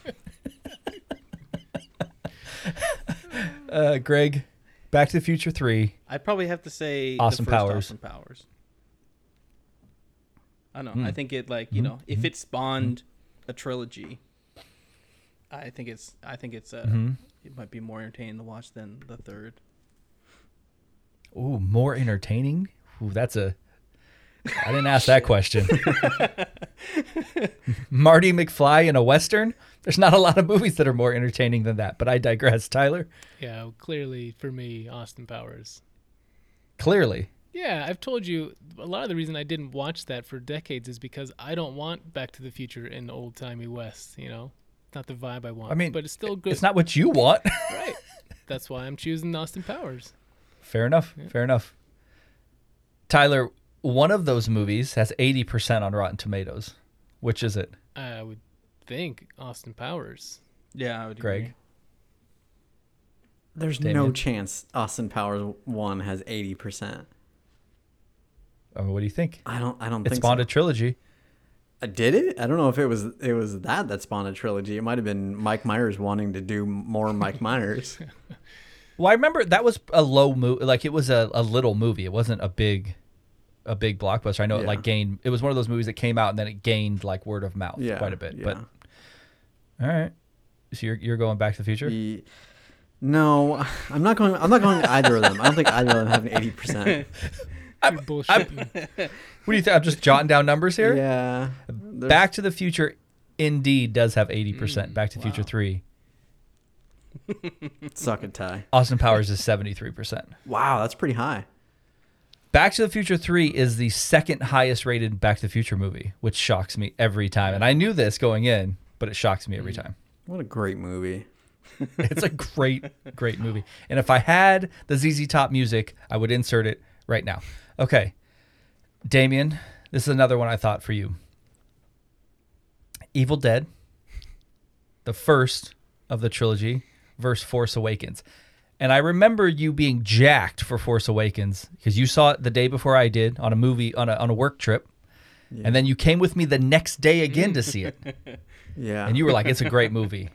good. uh, Greg, Back to the Future 3. I probably have to say Austin the first Powers. Austin Powers. I Hmm. don't know. I think it like you know if it spawned a trilogy, I think it's I think it's uh Mm-hmm. it might be more entertaining to watch than the third. Ooh, more entertaining? Ooh, that's a. I didn't ask that question. Marty McFly in a Western? There's not a lot of movies that are more entertaining than that, but I digress. Tyler, Yeah, well, clearly for me, Austin Powers. clearly. Yeah, I've told you a lot of the reason I didn't watch that for decades is because I don't want Back to the Future in the old timey West. You know, not the vibe I want. I mean, but it's still good. It's not what you want. right. That's why I'm choosing Austin Powers. Fair enough. Fair enough. Tyler, one of those movies has 80% on Rotten Tomatoes. Which is it? I would think Austin Powers. Yeah, I would Greg? agree. There's no Damien? chance Austin Powers 1 has 80%. I mean, what do you think? I don't I don't It think spawned so. a trilogy. Uh, Did it? I don't know if it was it was that that spawned a trilogy. It might have been Mike Myers wanting to do more Mike Myers. Well, I remember that was a low movie. Like it was a, a little movie. It wasn't a big, a big blockbuster. I know it Yeah. like gained. It was one of those movies that came out and then it gained like word of mouth yeah, quite a bit. yeah. But all right, so you're you're going Back to the Future. He- no, I'm not going. I'm not going either of them. I don't think either of them have an eighty percent. I'm, bullshitting. What do you think? I'm just jotting down numbers here. Yeah, there's- Mm, Back to the Future indeed does have 80%. Back to the Future 3. suck it, Ty. Austin Powers is 73%. Wow, that's pretty high. Back to the Future 3 is the second highest rated Back to the Future movie, which shocks me every time. And I knew this going in, but it shocks me every time. What a great movie. It's a great, great movie. And if I had the ZZ Top music, I would insert it right now. Okay. Damien, this is another one I thought for you Evil Dead, the first of the trilogy, versus Force Awakens. And I remember you being jacked for Force Awakens because you saw it the day before I did on a movie, on a, on a work trip. And then you came with me the next day again to see it Yeah, and you were like, "It's a great movie."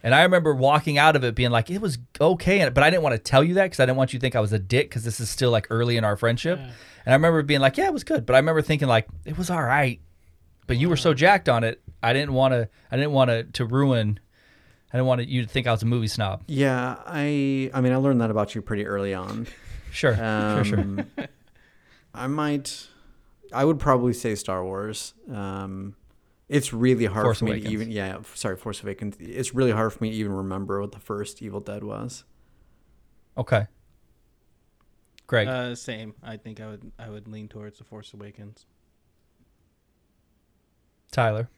And I remember walking out of it being like, "It was okay," and- but I didn't want to tell you that because I didn't want you to think I was a dick because this is still like early in our friendship. Yeah. And I remember being like, "Yeah, it was good," but I remember thinking like, "It was all right," but you were so jacked on it, I didn't want to. I didn't want to to ruin. I didn't want you to think I was a movie snob. yeah. I I mean, I learned that about you pretty early on. Sure, sure, Um, sure. I might. I would probably say Star Wars. Um, it's really hard Force for me Awakens. to even. Yeah, sorry, Force Awakens. It's really hard for me to even remember what the first Evil Dead was. Okay, Greg, Uh, same. I think I would I would lean towards the Force Awakens. Tyler,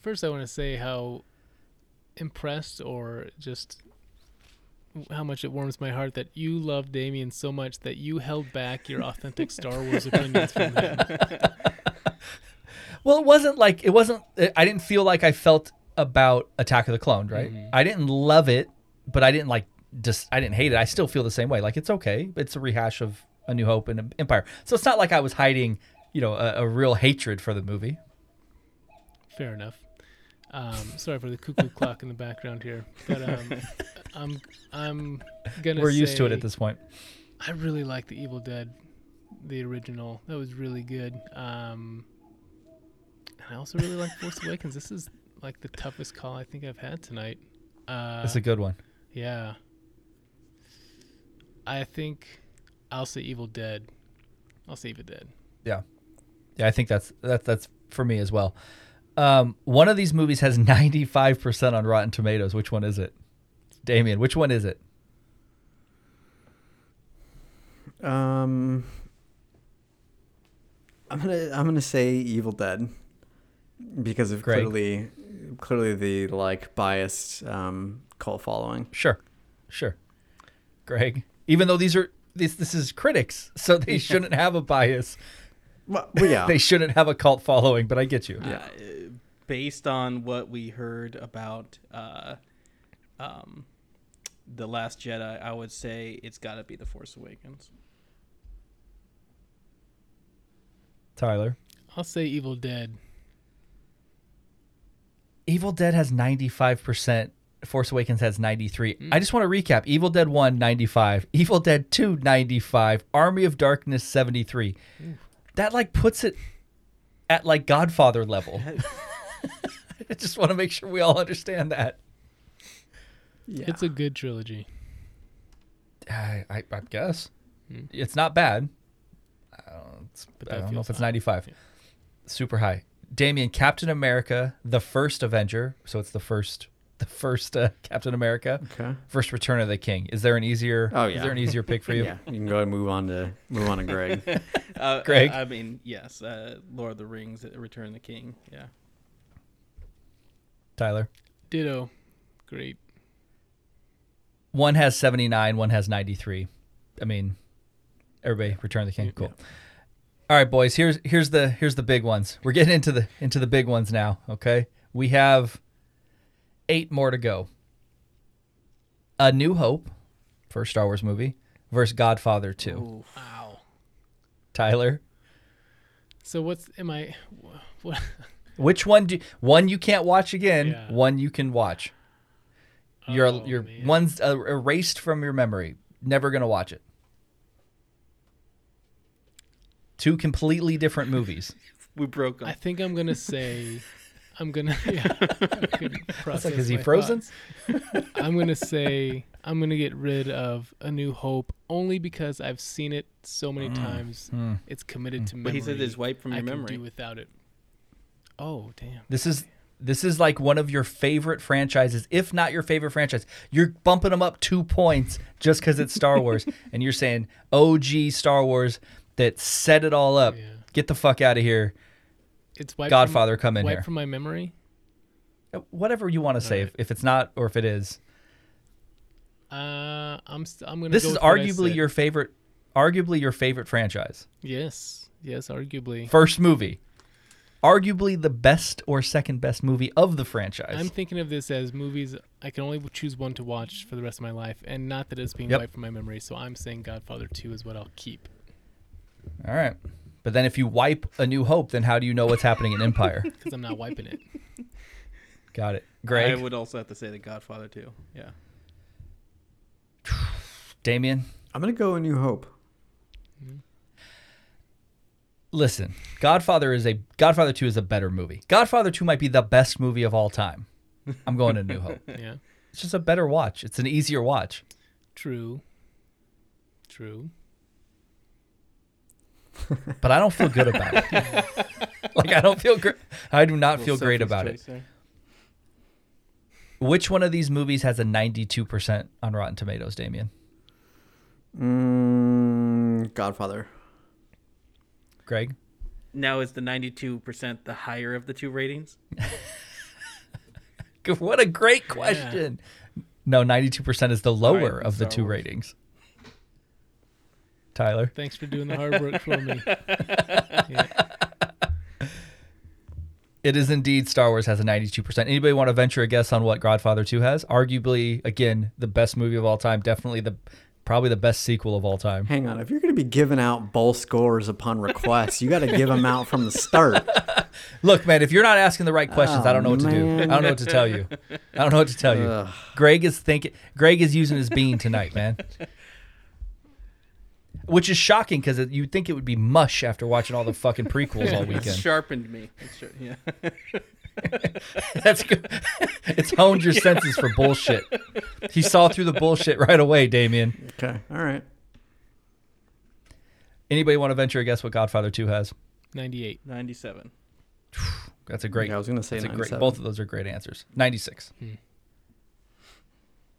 First, I want to say how impressed or just how much it warms my heart that you love Damien so much that you held back your authentic Star Wars opinions from him. Well, it wasn't like it wasn't. I didn't feel like I felt about Attack of the Clone, right? Mm-hmm. I didn't love it, but I didn't like. Just I didn't hate it. I still feel the same way. Like it's okay. It's a rehash of A New Hope and Empire. So it's not like I was hiding, you know, a, a real hatred for the movie. Fair enough. Um, sorry for the cuckoo clock in the background here, but um, I'm I'm gonna. We're used to it say- at this point. I really like the Evil Dead, the original. That was really good. Um, and I also really like Force Awakens. This is like the toughest call I think I've had tonight. Uh, It's a good one. yeah. I think I'll say Evil Dead. I'll say Evil Dead. Yeah, I think that's that's that's for me as well. Um, one of these movies has ninety five percent on Rotten Tomatoes. Which one is it, Damien? Which one is it? Um, I'm gonna I'm gonna say Evil Dead because of Greg. clearly clearly the like biased um, cult following. Sure, sure. Greg, even though these are this this is critics, so they shouldn't have a bias. Well, well yeah, They shouldn't have a cult following. But I get you. Uh, based on what we heard about uh, um, the Last Jedi, I would say it's got to be the Force Awakens. Tyler. I'll say Evil Dead. Evil Dead has 95%. Force Awakens has 93. I just want to recap. Evil Dead 1 95, Evil Dead 2 95, Army of Darkness 73. That like puts it at like Godfather level. I just want to make sure we all understand that. Yeah. It's a good trilogy. I, I, I guess it's not bad. I don't, it's- But I that don't know if feels it's high. 95. Yeah. Super high. Damien, Captain America, the first Avenger. So it's the first, the first uh, Captain America, okay. first Return of the King. Is there an easier? Oh, Is yeah. there an easier pick for you? Yeah, you can go ahead and move on to move on to Greg. Uh, Greg? I, I mean, yes, uh, Lord of the Rings, Return of the King. Yeah. Tyler. Ditto. Great. One has 79, one has 93. I mean, everybody Return of the King. Cool. All right, boys. Here's here's the here's the big ones. We're getting into the into the big ones now. Okay, we have eight more to go. A New Hope, first Star Wars movie, versus Godfather Two. Oof. Wow. Tyler, So what's am I? What? which one do one you can't watch again? Yeah. One you can watch. Your Oh, your man. one's uh, erased from your memory. Never gonna watch it. Two completely different movies. We broke him. I think I'm gonna say. I'm gonna. Yeah. I couldn't process is he my frozen? thoughts. I'm gonna say I'm gonna get rid of A New Hope only because I've seen it so many Mm. times. Hmm. It's committed to memory. but he said it's wiped from I your can memory. do without it. Oh damn. This is this is like one of your favorite franchises, if not your favorite franchise. You're bumping them up two points just because it's Star Wars, and you're saying OG Star Wars that set it all up. Yeah. Get the fuck out of here, It's wiped Godfather. From, Come in wiped here. from my memory. Whatever you want to say, right. if, if it's not or if it is. Uh, I'm. St- I'm gonna. This go is with what I arguably said. your favorite, arguably your favorite franchise. Yes. Yes. Arguably. First movie, arguably the best or second best movie of the franchise. I'm thinking of this as movies I can only choose one to watch for the rest of my life, and not that it's being Yep. wiped from my memory. So I'm saying Godfather 2 is what I'll keep. all right, but then if you wipe A New Hope, then how do you know what's happening in Empire? because I'm not wiping it. Got it, Greg. I would also have to say The Godfather too. Yeah. Damien, I'm gonna go a New Hope. listen, Godfather is a Godfather 2 is a better movie. Godfather 2 might be the best movie of all time. I'm going to New Hope. Yeah, It's just a better watch. It's an easier watch. true, true. But I don't feel good about it. like I don't feel great. I do not feel great about it. Which one of these movies has a 92% on Rotten Tomatoes, Damien? Mm, Godfather. Greg? Now is the 92% the higher of the two ratings? Good- What a great question. No, 92% is the lower Alright, of the Star two Wars. ratings. Tyler? Thanks for doing the hard work for me. Yeah. It is indeed Star Wars has a 92%. Anybody want to venture a guess on what Godfather 2 has? Arguably, again, the best movie of all time, definitely the probably the best sequel of all time. Hang on, if you're gonna be giving out bowl scores upon request, you got to give them out from the start. Look, man, if you're not asking the right questions, I don't know what to do. I man. don't know what to tell you. I don't know what to tell you. Ugh. Greg is thinking Greg is using his bean tonight, man. Which is shocking cuz you'd think it would be mush after watching all the fucking prequels all It weekend. sharpened me. It's shar- yeah. That's good. It's honed your senses for bullshit. He saw through the bullshit right away, Damien. Okay, all right. Anybody want to venture a guess what Godfather 2 has? 98. 97. That's a great. Yeah, I was gonna say that's a great. 97. Both of those are great answers. 96. Hmm.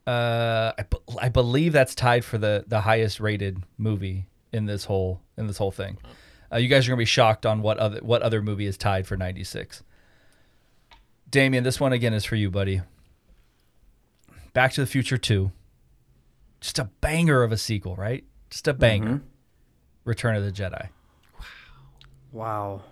Uh, I, be- I believe that's tied for the the highest rated movie in this whole in this whole thing. Uh, you guys are gonna be shocked on what other what other movie is tied for 96. Damien, this one again is for you, buddy. Back to the Future 2. Just a banger of a sequel, right? Just a banger. Return of the Jedi. Wow.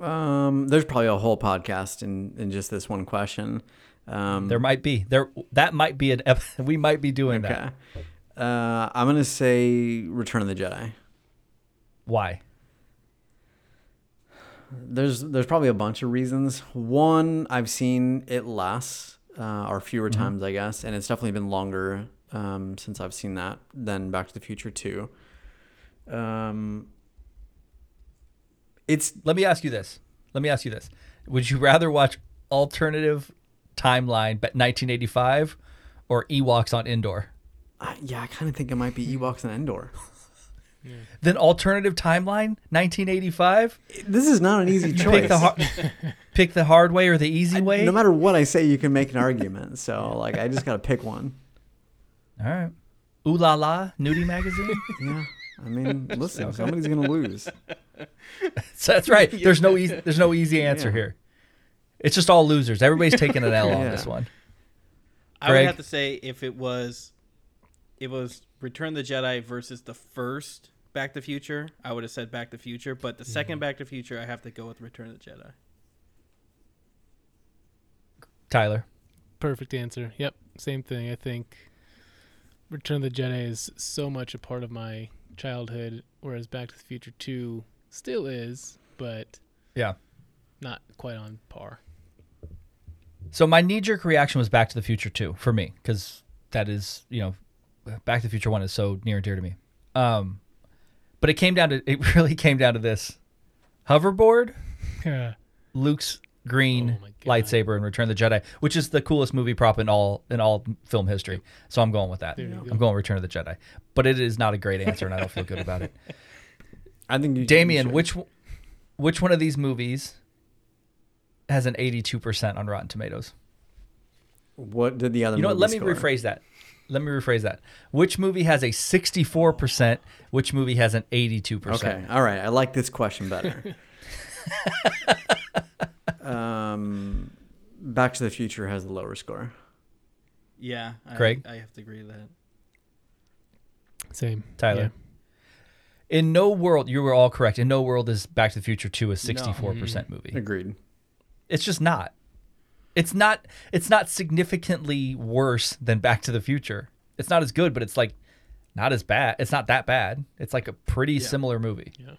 Um, there's probably a whole podcast in, in just this one question. Um, There might be there that might be an ep- we might be doing that. okay. Uh, I'm gonna say Return of the Jedi. Why? There's there's probably a bunch of reasons. One, I've seen it less uh, or fewer Mm-hmm. times, I guess, and it's definitely been longer um, since I've seen that than Back to the Future Two. Um, it's Let me ask you this. Let me ask you this. Would you rather watch alternative timeline but 1985 or Ewoks on Indoor? I yeah, I kind of think it might be Ewoks and Endor. Then alternative timeline 1985. This is not an easy choice. Pick the har- pick the hard way or the easy way. No matter what I say, you can make an argument. So like, I just gotta pick one. All right. Ooh la la, nudie magazine. Yeah. I mean, listen, somebody's gonna lose. so that's right. There's no easy. There's no easy answer Yeah. here. It's just all losers. Everybody's taking an L on Yeah. this one. I would Greg? have to say if it was, it was Return of the Jedi versus the first Back to the Future, I would have said Back to the Future. But the Mm-hmm. second Back to the Future, I have to go with Return of the Jedi. Tyler. Perfect answer. Yep, same thing. I think Return of the Jedi is so much a part of my childhood, whereas Back to the Future 2 still is, but Yeah. not quite on par. So my knee jerk reaction was Back to the Future 2 for me because that is you know Back to the Future 1 is so near and dear to me. Um, but it came down to it really came down to this hoverboard Yeah. Luke's Oh green my God. lightsaber in Return of the Jedi, which is the coolest movie prop in all in all film history. So I'm going with that. There you go. I'm going Return of the Jedi, but it is not a great answer, and I don't feel good about it. I think you. Damien, you which w- which one of these movies has an 82% on Rotten Tomatoes? should. What did the other? You know what? movie Let me score? rephrase that. Let me rephrase that. Which movie has a 64%? Which movie has an 82%? Okay. All right. I like this question better. um, Back to the Future has the lower score. Yeah, I, Greg? I have to agree with that. Same. Tyler. Yeah. In no world, you were all correct. In no world is Back to the Future 2 a 64% movie. Agreed. It's just not. It's not it's not significantly worse than Back to the Future. It's not as good, but it's like not as bad. It's not that bad. It's like a pretty similar movie. Yeah.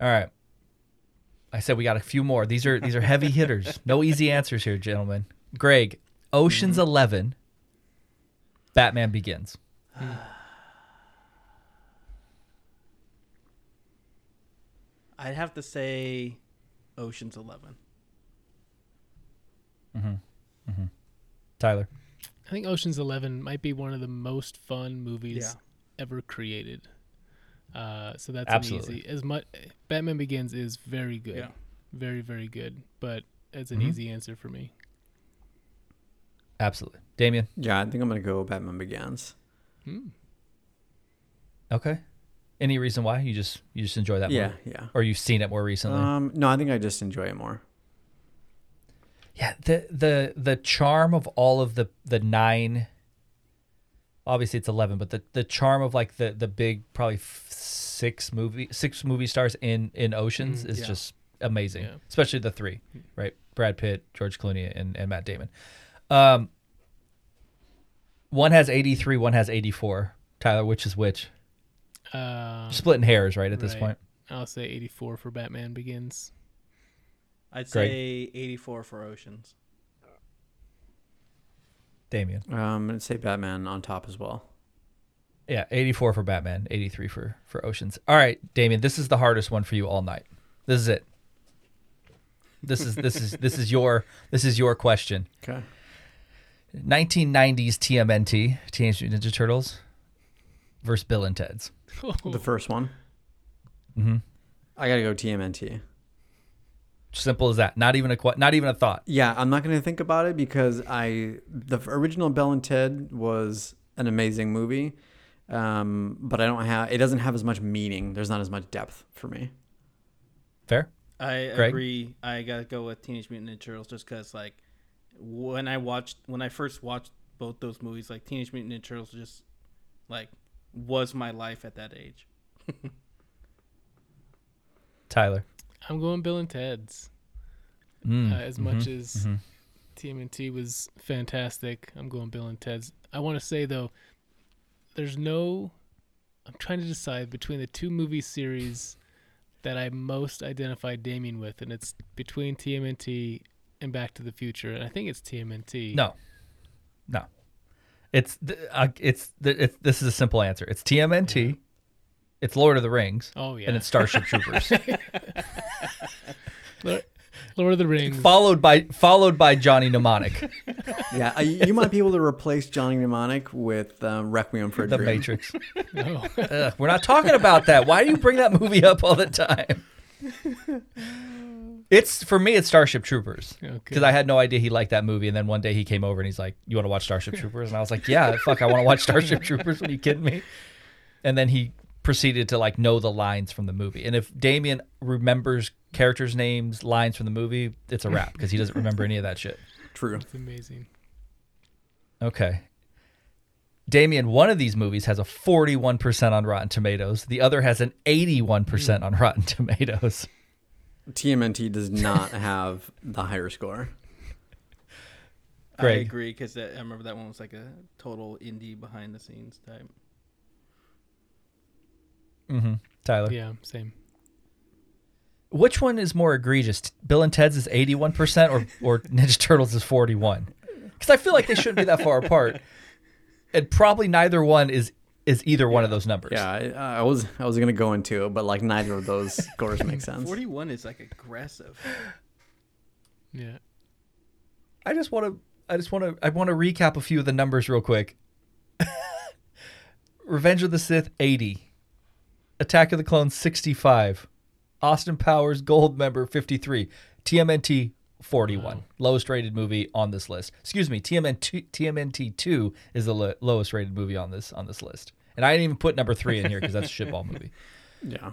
All right. I said we got a few more. These are these are heavy hitters. No easy answers here, gentlemen. Greg, Ocean's Mm-hmm. Eleven, Batman Begins. I'd have to say Ocean's Eleven. Tyler, I think Ocean's Eleven might be one of the most fun movies Yeah. ever created. Uh, so that's Absolutely. an easy. As much Batman Begins is very good, Yeah. very very good, but it's Mm-hmm. an easy answer for me. absolutely. Damien, Yeah, I think I'm gonna go Batman Begins. okay. Any reason why you just you just enjoy that Yeah, movie, yeah. or you've seen it more recently? Um, no, I think I just enjoy it more. Yeah, the the the charm of all of the the nine. Obviously, it's eleven, but the the charm of like the the big probably f- six movie six movie stars in in Oceans is yeah. just amazing, Mm-hmm. Yeah. especially the three, right? Brad Pitt, George Clooney, and and Matt Damon. Um, one has eighty three, one has eighty four. Tyler, which is which? Uh, Splitting hairs, right? At this right. point, I'll say 84 for Batman Begins. I'd Greg? say 84 for Oceans. Damien. Um, I'm gonna say Batman on top as well. Yeah, 84 for Batman, 83 for for Oceans. All right, Damien, this is the hardest one for you all night. This is it. This is this is this is your this is your question. Okay. 1990s TMNT, Teenage Mutant Ninja Turtles versus Bill and Ted's. The first one. Mm-hmm. I gotta go TMNT. Simple as that. Not even a que- not even a thought. Yeah, I'm not going to think about it because I the f- original Bell and Ted was an amazing movie, um, but I don't have it doesn't have as much meaning. There's not as much depth for me. Fair? I Greg? agree. I gotta go with Teenage Mutant Ninja Turtles just because, like, when I watched, when I first watched both those movies, like Teenage Mutant Ninja Turtles, just like was my life at that age. Tyler. I'm going Bill and Ted's. Mm, Uh, as much mhm, as mhm. TMNT was fantastic, I'm going Bill and Ted's. I want to say though, there's no. I'm trying to decide between the two movie series that I most identify Damien with, and it's between TMNT and Back to the Future, and I think it's TMNT. No, no, it's th- uh, it's, th- it's this is a simple answer. It's TMNT, it's Lord of the Rings, Oh yeah. and it's Starship Troopers, Lord, Lord of the Rings. followed by followed by Johnny Mnemonic, Yeah, I, you might be able to replace Johnny Mnemonic with um, Requiem for a The Dream. Matrix. No. Ugh, we're not talking about that. Why do you bring that movie up all the time? It's for me, it's Starship Troopers. Okay. Because I had no idea he liked that movie, and then one day he came over and he's like, "You want to watch Starship Troopers?" And I was like, "Yeah, fuck, I want to watch Starship Troopers." Are you kidding me? And then he proceeded to like know the lines from the movie. And if Damien remembers characters' names, lines from the movie, it's a wrap because he doesn't remember any of that shit. True. It's amazing. Okay. Damien, one of these movies has a 41% on Rotten Tomatoes. The other has an 81% on Rotten Tomatoes. TMNT does not have the higher score. Greg. I agree because I remember that one was like a total indie behind the scenes type. Mm-hmm. Tyler. Yeah, same. Which one is more egregious? T- Bill and Ted's is 81% or, or Ninja Turtles is 41? Because I feel like they shouldn't be that far apart. And probably neither one is is either one of those numbers. Yeah, I, I was I was gonna go into it, but like neither of those scores make sense. Forty-one is like aggressive. Yeah. I just want to I just want to I want to recap a few of the numbers real quick. Revenge of the Sith 80. Attack of the Clones 65. Austin Powers Gold Member 53. TMNT 41. Wow. Lowest rated movie on this list. Excuse me, TMNT TMNT 2 is the lo- lowest rated movie on this on this list. And I didn't even put number 3 in here cuz that's a shitball movie. Yeah.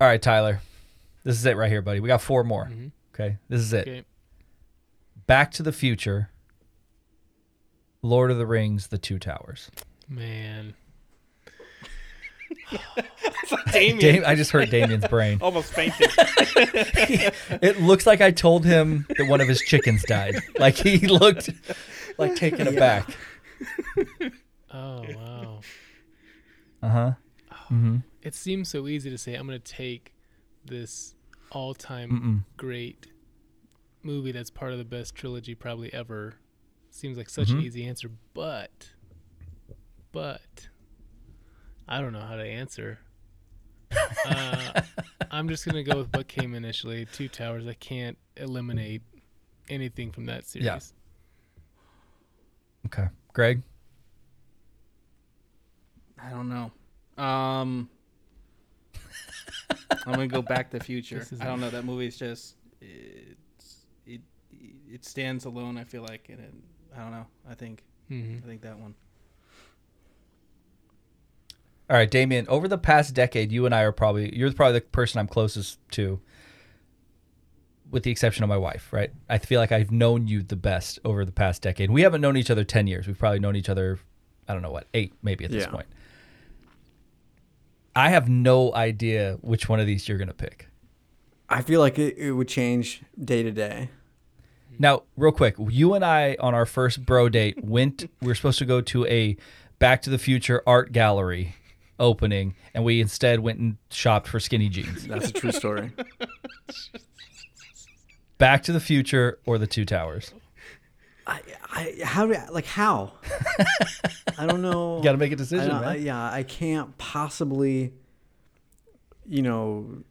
All right, Tyler. This is it right here, buddy. We got four more. Okay. This is it. Okay. Back to the Future, Lord of the Rings, The Two Towers. Man. Damien Dam- I just hurt Damien's brain. almost fainted. It looks like I told him that one of his chickens died. Like he looked like taken aback. Oh wow. Uh huh. It seems so easy to say I'm gonna take this all-time great movie that's part of the best trilogy probably ever. Seems like such an easy answer, but but I don't know how to answer. uh, I'm just gonna go with what came initially. Two Towers. I can't eliminate anything from that series. Yeah. Okay. Greg? I don't know. Um, I'm gonna go Back to the Future. This is I don't know. That movie is just it's, it it stands alone. I feel like, and it, I don't know. I think hmm I think that one. All right, Damien, over the past decade, you and I are probably, you're probably the person I'm closest to, with the exception of my wife, right? I feel like I've known you the best over the past decade. We haven't known each other 10 years. We've probably known each other, I don't know what, eight maybe at this Yeah. point. I have no idea which one of these you're going to pick. I feel like it, it would change day to day. Now, real quick, you and I on our first bro date went. we were supposed to go to a Back to the Future art gallery opening, and we instead went and shopped for skinny jeans. That's a true story. Back to the Future or the Two Towers. I, I how do- like how? I don't know. You got to make a I decision, don't- I- man. yeah, I can't possibly, you know,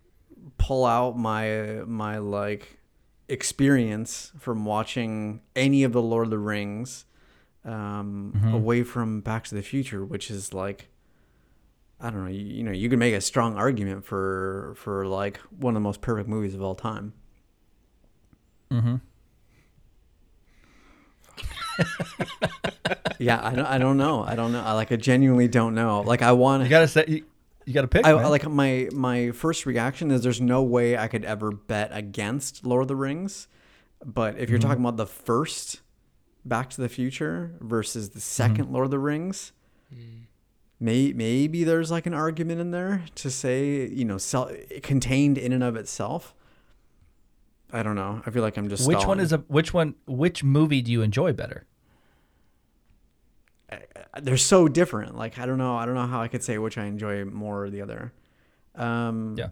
pull out my my like experience from watching any of the Lord of the Rings um, away from Back to the Future, which is like, I don't know, you, you know, you could make a strong argument for for like one of the most perfect movies of all time. Mm-hmm. yeah, I don't, I don't know. I don't know. I like, I genuinely don't know. Like, I want you got to say you, got to pick. I, man. like my my first reaction is there's no way I could ever bet against Lord of the Rings, but if you're Mm-hmm. talking about the Mm-hmm. Mm. first Back to the Future versus the 2nd Lord of the Rings, may, maybe there's like an argument in there to say you know sel- contained in and of itself. I don't know. I feel like I'm just Which one is a which one? Which movie do you enjoy better? a- Uh, they're so different. Like I don't know. I don't know how I could say which I enjoy more or the other. Um, Yeah.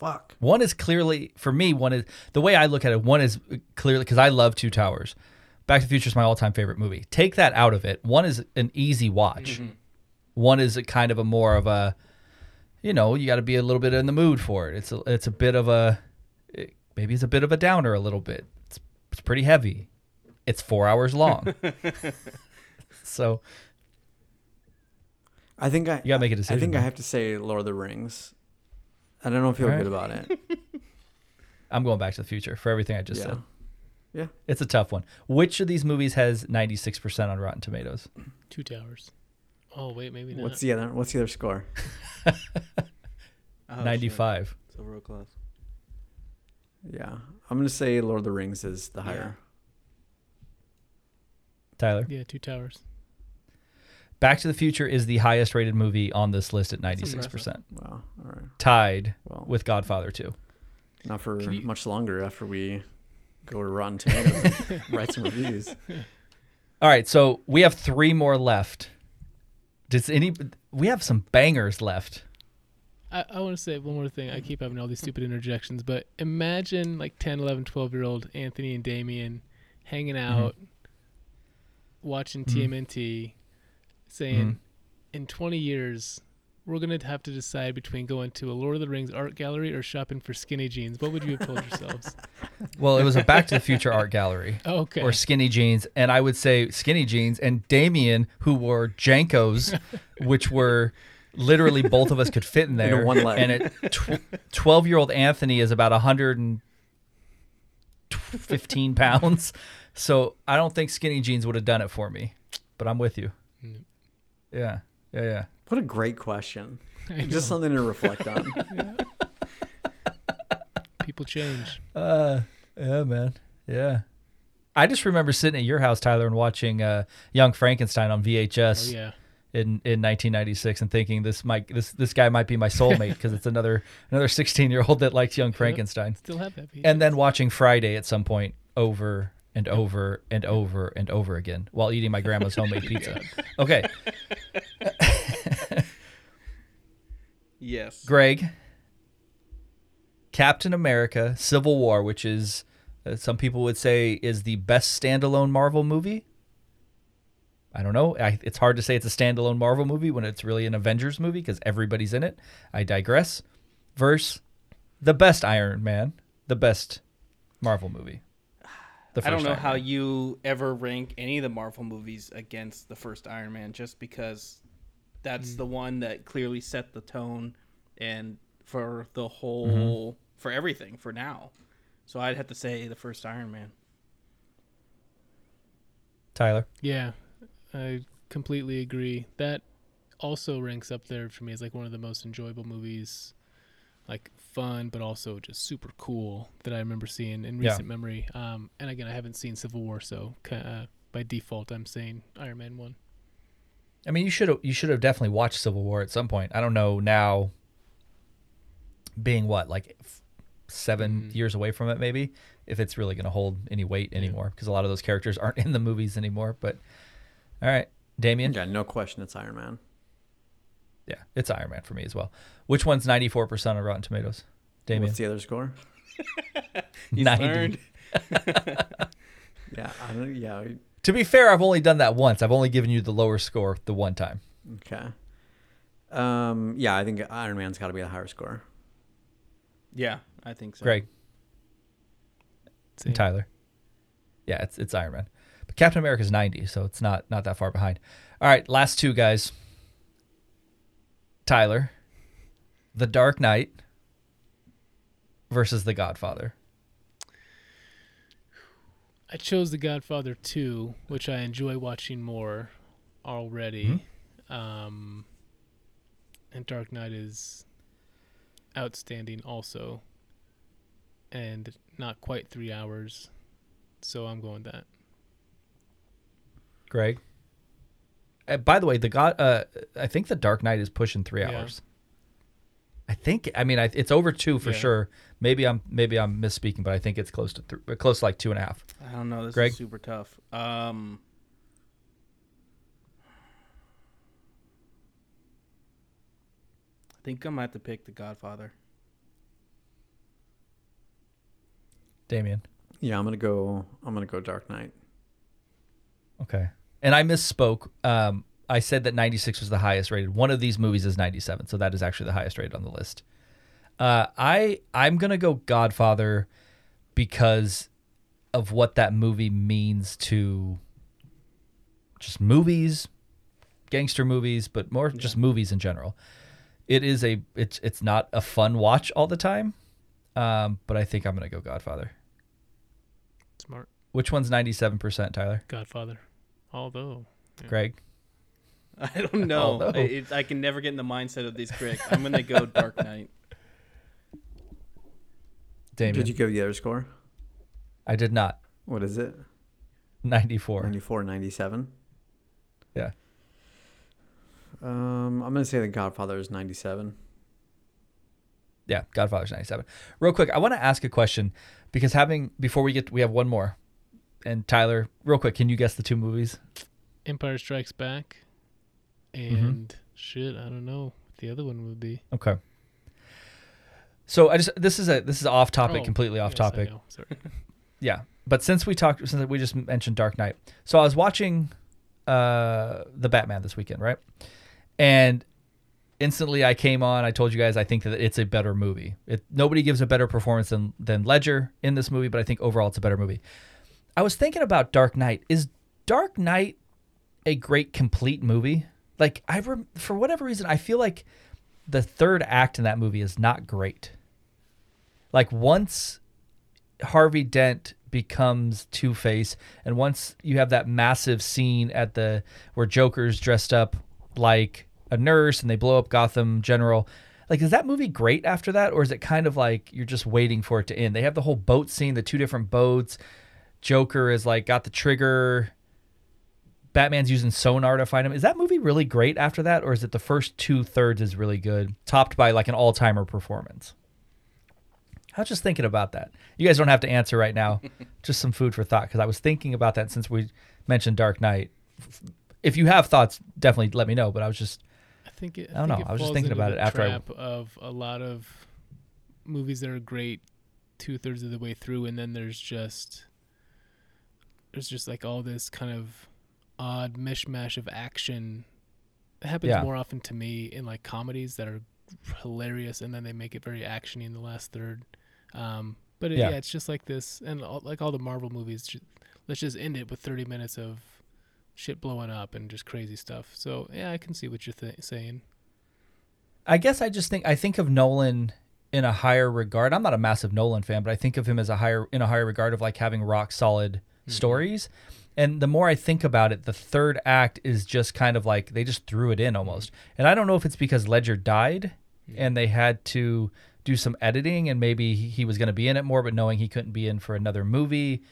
Fuck. One is clearly for me. One is the way I look at it. One is clearly because I love Two Towers. Back to the Future is my all-time favorite movie. Take that out of it. One is an easy watch. One is a kind of a more of a, you know, you got to be a little bit in the mood for it. It's a, it's a bit of a, it- maybe it's a bit of a downer a little bit. It's, it's pretty heavy. It's four hours long. so I think I. You gotta make a I decision, think I man. have to say Lord of the Rings. I don't know if feel All right. good about it. I'm going Back to the Future for everything I just yeah. said. Yeah. It's a tough one. Which of these movies has 96% on Rotten Tomatoes? Two towers. Oh wait, maybe not. What's the other? What's the other score? Oh, shit. 95. So real close. Yeah, I'm gonna say Lord of the Rings is the higher. Tyler. yeah, two towers. Back to the Future is the highest rated movie on this list at That's 96%, Wow. All right. tied Well, with Godfather 2. not for Can you- much longer after we go to Rotten Tomatoes and write some reviews. All right, so we have 3 more left. Does any we have some bangers left. I, I want to say one more thing. I keep having all these stupid interjections, but imagine like 10, 11, 12 year old Anthony and Damien hanging out, watching TMNT, saying, in 20 years, we're going to have to decide between going to a Lord of the Rings art gallery or shopping for skinny jeans. What would you have told yourselves? Oh, Well, it was a Back to the Future art gallery. Okay. Or skinny jeans, and I would say skinny jeans, and Damien, who wore Jankos, which were literally both of us could fit in there. one leg. And at twelve year old Anthony is about hundred and fifteen pounds, so I don't think skinny jeans would have done it for me. But I'm with you. Mm. Yeah, yeah, yeah. What a great question. I Just know. something to reflect on. People change. Uh, yeah, man. Yeah. I just remember sitting at your house, Tyler, and watching uh, Young Frankenstein on Oh, VHS. yeah. in, in 1996 and thinking this might this this guy might be my soulmate because it's another another 16 year old that likes young Frankenstein Still have that. and then watching Friday at some point over and over and over and over again while eating my grandma's homemade pizza. Okay, Yes. Greg, Captain America: Civil War, which is uh, some people would say is the best standalone Marvel movie. I don't know. I, it's hard to say it's a standalone Marvel movie when it's really an Avengers movie because everybody's in it. I digress. Verse the best Iron Man, the best Marvel movie. The I don't know Iron how Man. you ever rank any of the Marvel movies against the first Iron Man, just because that's the one that clearly set the tone and for the Mm-hmm. whole for everything for now. So I'd have to say the first Iron Man. Tyler. Yeah, I completely agree. That also ranks up there for me as like one of the most enjoyable movies, like fun but also just super cool that I remember seeing in Yeah. recent memory. Um, and again, I haven't seen Civil War, so ki- uh, by default, I'm saying Iron Man one. I mean, you should you should have definitely watched Civil War at some point. I don't know now, being what like f- 7 years away from it, maybe if it's really going to hold any weight anymore because a lot of those characters aren't in the movies anymore. But all right, Damien, Yeah, no question. It's Iron Man. yeah, it's Iron Man for me as well. Which one's ninety four percent on Rotten Tomatoes? Damien, What's the other score? He's 90. learned. Yeah, I don't. Yeah, I- To be fair, I've only done that once. I've only given you the lower score the one time. okay. Um, yeah, I think Iron Man's got to be the higher score. Yeah, I think so. Greg Same. and Tyler, yeah, it's it's Iron Man, but Captain America's ninety, so it's not not that far behind. All right, last two guys. Tyler, The Dark Knight versus The Godfather. I chose The Godfather 2, which I enjoy watching more already. Hmm? Um, and Dark Knight is outstanding also. And not quite three hours. So I'm going with that. Greg, uh, by the way, the God, uh, I think the Dark Knight is pushing three Yeah. hours. I think. I mean, I, it's over two for Yeah. sure. Maybe I'm maybe I'm misspeaking, but I think it's close to th- close to like two and a half. I don't know. This Greg? is super tough. Um, I think I'm gonna have to pick The Godfather. Damien. Yeah, I'm gonna go. I'm gonna go Dark Knight. Okay. And I misspoke. Um, I said that 96 was the highest rated. One of these movies is 97, so that is actually the highest rated on the list. Uh, I I'm gonna go Godfather because of what that movie means to just movies, gangster movies, but more just movies in general. It is a it's it's not a fun watch all the time, um, but I think I'm gonna go Godfather. Smart Which one's 97%, Tyler? Godfather. Although Greg? I don't know. Although- I, it's, I can never get in the mindset of these critics. I'm gonna go Dark Knight. Damien? Did you give the other score? I did not. What is it? 94. 94, 97? Yeah. Um, I'm gonna say The Godfather is 97. Yeah, Godfather's 97. Real quick, I want to ask a question because having before we get we have one more. And Tyler, real quick, can you guess the two movies? Empire Strikes Back, Mm-hmm. and shit, I don't know what the other one would be. Okay. So I just this is a this is off topic, Oh, completely off yes, I topic. know. Sorry. Yeah. But since we talked since we just mentioned Dark Knight. So I was watching uh the Batman this weekend, right? And instantly I came on, I told you guys I think that it's a better movie. It nobody gives a better performance than than Ledger in this movie, but I think overall it's a better movie. I was thinking about Dark Knight. Is Dark Knight a great complete movie? Like I rem- for whatever reason I feel like the third act in that movie is not great. Like once Harvey Dent becomes Two Face, and once you have that massive scene at the where Joker's dressed up like a nurse and they blow up Gotham General, like is that movie great after that, or is it kind of like you're just waiting for it to end? They have the whole boat scene, the two different boats. Joker is like got the trigger. Batman's using sonar to find him. Is that movie really great after that, or is it the first two thirds is really good, topped by like an all timer performance? I was just thinking about that. You guys don't have to answer right now. just some food for thought because I was thinking about that since we mentioned Dark Knight. If you have thoughts, definitely let me know. But I was just I think it, I I, don't think know. It I was just falls thinking into about the it after I- trap of a lot of movies that are great two thirds of the way through, and then there's just there's just like all this kind of odd mishmash of action. It happens Yeah. more often to me in like comedies that are hilarious, and then they make it very actiony in the last third. Um, but it, Yeah. yeah. it's just like this, and all, like all the Marvel movies. ju- let's just end it with 30 minutes of shit blowing up and just crazy stuff. So yeah, I can see what you're th- saying. I guess I just think I think of Nolan in a higher regard. I'm not a massive Nolan fan, but I think of him as a higher in a higher regard of like having rock solid stories. And the more I think about it, the third act is just kind of like they just threw it in almost. And I don't know if it's because Ledger died and they had to do some editing and maybe he he was going to be in it more but knowing he couldn't be in for another movie.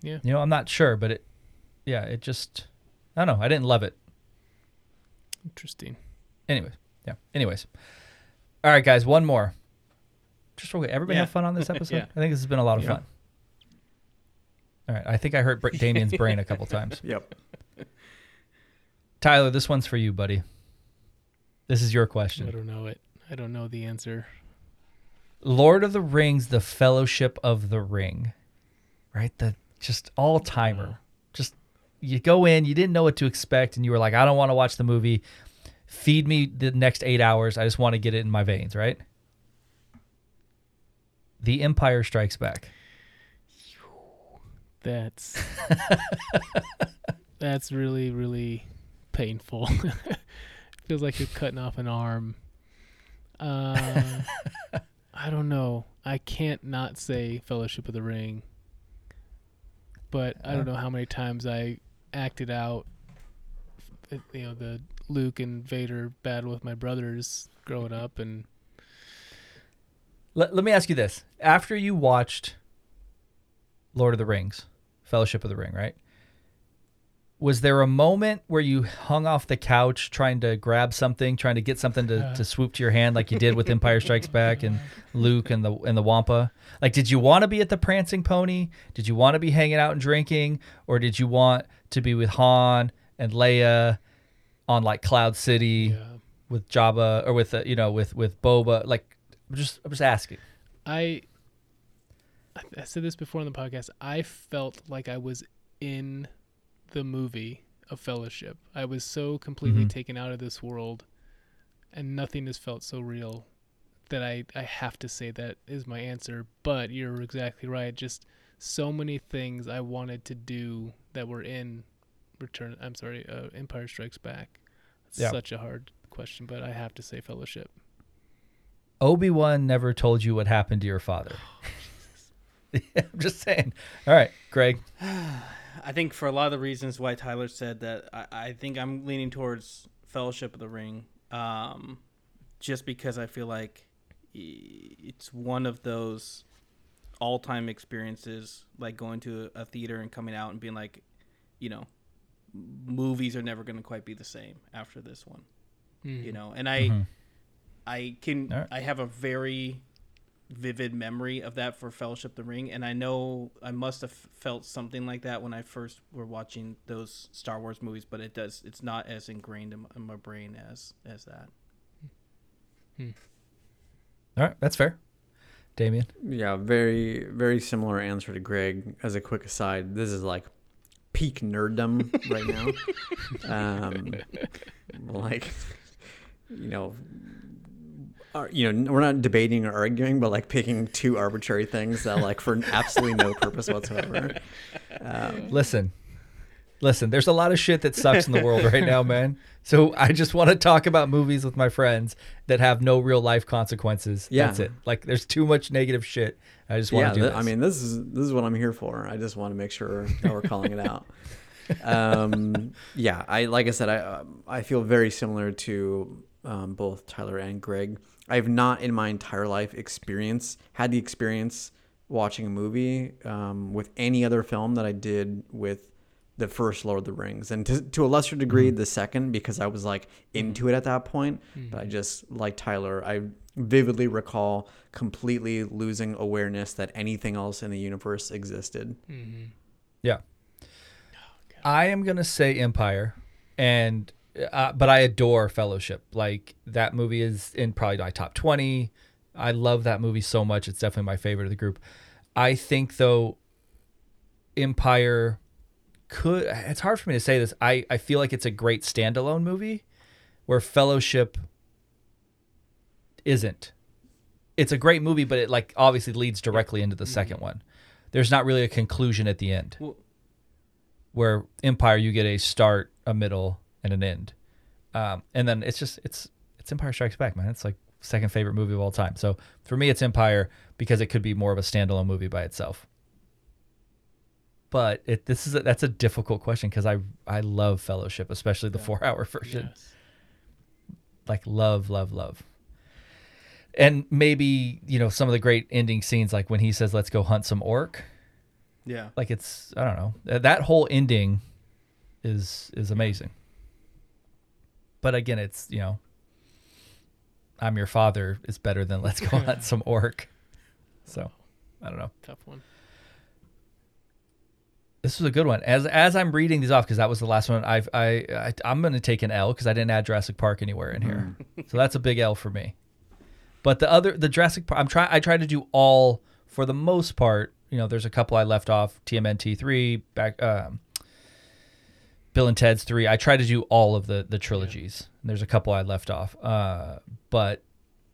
Yeah. You know, I'm not sure, but it yeah, it just I don't know. I didn't love it. Interesting. Anyways, yeah. Anyways, all right, guys, one more. Just real quick. Everybody Yeah. have fun on this episode. Yeah. I think this has been a lot of Yeah. fun. All right, I think I hurt Br- Damien's brain a couple times. Yep. Tyler, this one's for you, buddy. This is your question. I don't know it. I don't know the answer. Lord of the Rings, the Fellowship of the Ring, right? The just all timer. Just you go in, you didn't know what to expect, and you were like, I don't want to watch the movie. Feed me the next eight hours. I just want to get it in my veins, right? The Empire Strikes Back. That's that's really really painful. Feels like you're cutting off an arm. Uh, I don't know. I can't not say Fellowship of the Ring, but I don't know how many times I acted out. f- You know the Luke and Vader battle with my brothers growing up, and Let, let me ask you this. After you watched Lord of the Rings, Fellowship of the Ring, right? was there a moment where you hung off the couch trying to grab something, trying to get something to, to swoop to your hand like you did with Empire Strikes Back and Luke and the and the Wampa? Like did you want to be at the prancing pony? Did you want to be hanging out and drinking or did you want to be with Han and Leia on like Cloud City with Jabba or with uh, you know with with Boba? Like I'm just I'm just asking. I I I said this before on the podcast. I felt like I was in the movie of Fellowship. I was so completely taken out of this world, and nothing has felt so real that I I have to say that is my answer. But you're exactly right. Just so many things I wanted to do that were in Return. I'm sorry, uh, Empire Strikes Back. It's Yeah. such a hard question, but I have to say Fellowship. Obi-Wan never told you what happened to your father. I'm just saying. All right, Greg. I think for a lot of the reasons why Tyler said that, I, I think I'm leaning towards Fellowship of the Ring, um, just because I feel like i- it's one of those all-time experiences, like going to a theater and coming out and being like, you know, movies are never going to quite be the same after this one, Mm. you know. And I, I can, Mm-hmm. All right. I have a very vivid memory of that for Fellowship of the Ring, and I know I must have felt something like that when I first were watching those Star Wars movies, but it does it's not as ingrained in my, in my brain as as that. All right, that's fair. Damien. Yeah, very very similar answer to Greg. As a quick aside, this is like peak nerddom right now. um, like, you know, ar- you know, we're not debating or arguing, but like picking two arbitrary things that like for absolutely no purpose whatsoever. Mm. Listen. Listen, there's a lot of shit that sucks in the world right now, man. So I just want to talk about movies with my friends that have no real life consequences. Yeah. That's it. Like there's too much negative shit. I just want yeah, to do th- this. I mean, this is this is what I'm here for. I just want to make sure that we're calling it out. um, yeah, I like I said, I uh, I feel very similar to um, both Tyler and Greg. I've not in my entire life experience had the experience watching a movie um, with any other film that I did with the first Lord of the Rings, and to, to a lesser degree Mm-hmm. the second because I was like into it at that point. But Mm-hmm. I just like Tyler, I vividly recall completely losing awareness that anything else in the universe existed. Mm-hmm. Yeah. I am gonna say Empire, and uh, but I adore Fellowship. Like that movie is in probably my top twenty. I love that movie so much. It's definitely my favorite of the group. I think though, Empire could. It's hard for me to say this. I I feel like it's a great standalone movie, where Fellowship isn't. It's a great movie, but it like obviously leads directly into the second one. There's not really a conclusion at the end Well, where Empire you get a start, a middle, and an end, um, and then it's just it's it's Empire Strikes Back, man. It's like second favorite movie of all time. So for me, it's Empire because it could be more of a standalone movie by itself. But it this is a, that's a difficult question because I I love Fellowship, especially the four hour version Yes. like love, love, love. And maybe, you know, some of the great ending scenes, like when he says, let's go hunt some orc. yeah, Like it's, I don't know. Th- That whole ending is, is amazing. But again, it's, you know, I'm your father is better than let's go hunt some orc. So I don't know. Tough one. This was a good one. As as I'm reading these off, because that was the last one. I've I, I I'm gonna take an L because I didn't add Jurassic Park anywhere in here, so that's a big L for me. But the other the Jurassic Park, I'm try I try to do all for the most part. You know, there's a couple I left off. TMNT three back. Um, Bill and Ted's three. I try to do all of the the trilogies. There's a couple I left off. Uh, but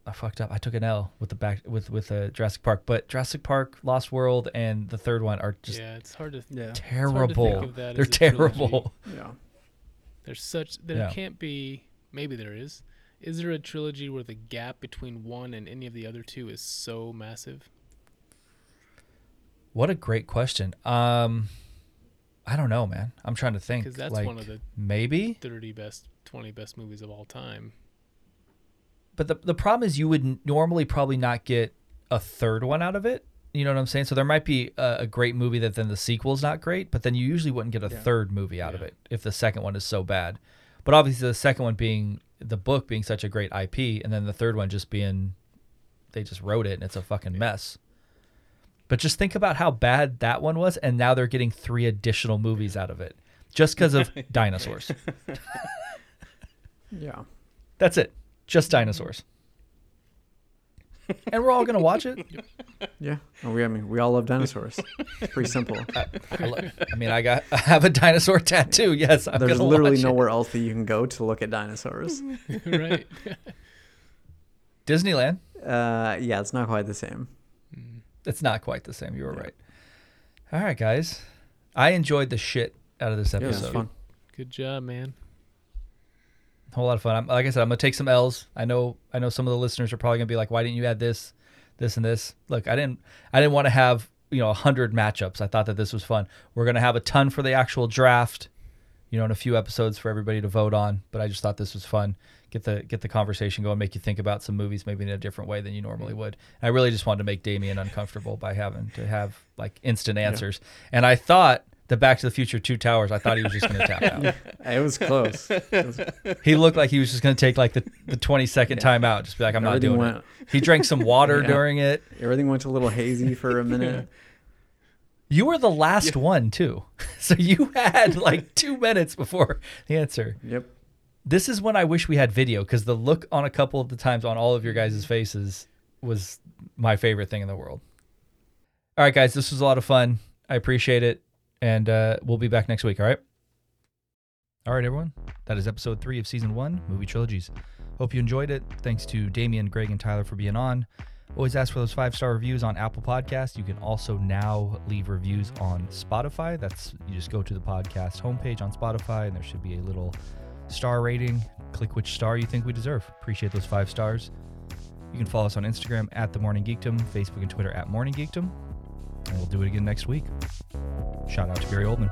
I fucked up. I took an L with the back with with uh, Jurassic Park. But Jurassic Park, Lost World, and the third one are just yeah, it's hard to yeah. hard to think terrible. of that They're as a trilogy. terrible. Yeah. There's such there Yeah. can't be. Maybe there is. Is there a trilogy where the gap between one and any of the other two is so massive? What a great question. Um, I don't know, man. I'm trying to think. 'Cause that's like, one of the- maybe, Thirty best, twenty best movies of all time. but the the problem is you would n- normally probably not get a third one out of it You know what I'm saying? So there might be a, a great movie that then the sequel's not great, but then you usually wouldn't get a Yeah. third movie out of Yeah. it if the second one is so bad. But obviously, the second one being the book being such a great IP, and then the third one just being they just wrote it and it's a fucking mess. But just think about how bad that one was, and now they're getting three additional movies out of it just because of dinosaurs. Yeah. That's it, just dinosaurs. And we're all gonna watch it. Yeah. Oh, we, I mean, we all love dinosaurs. It's pretty simple. I, lo- I mean, I got I have a dinosaur tattoo. Yes, I'm There's gonna literally watch it. nowhere else that you can go to look at dinosaurs. right. Disneyland. Uh, yeah, it's not quite the same. Hmm. It's not quite the same. You were Yeah. right. All right, guys. I enjoyed the shit out of this Yeah, it's episode. fun. Good job, man. A whole lot of fun. I'm, like I said, I'm gonna take some L's. I know. I know some of the listeners are probably gonna be like, "Why didn't you add this, this, and this?" Look, I didn't. I didn't want to have you know a hundred matchups. I thought that this was fun. We're gonna have a ton for the actual draft. You know, in a few episodes for everybody to vote on. But I just thought this was fun. Get the get the conversation going. Make you think about some movies maybe in a different way than you normally would. I really just wanted to make Damien uncomfortable by having to have like instant answers. And I thought the Back to the Future Two Towers. I thought he was just gonna tap out It was close. It was- he looked like he was just going to take like the, the 20 second time out just be like i'm not everything doing went, it he drank some water Yeah. during it Everything went a little hazy for a minute. you were the last one too so you had like two minutes before the answer Yep. this is when i wish we had video because the look on a couple of the times on all of your guys' faces was my favorite thing in the world all right guys this was a lot of fun i appreciate it and uh, we'll be back next week all right all right everyone that is episode three of season one movie trilogies hope you enjoyed it thanks to damien greg and tyler for being on always ask for those five star reviews on apple podcast you can also now leave reviews on spotify that's you just go to the podcast homepage on spotify and there should be a little star rating. Click which star you think we deserve. Appreciate those five stars. You can follow us on Instagram at The Morning Geekdom, Facebook and Twitter at Morning Geekdom, and we'll do it again next week. Shout out to Barry Oldman.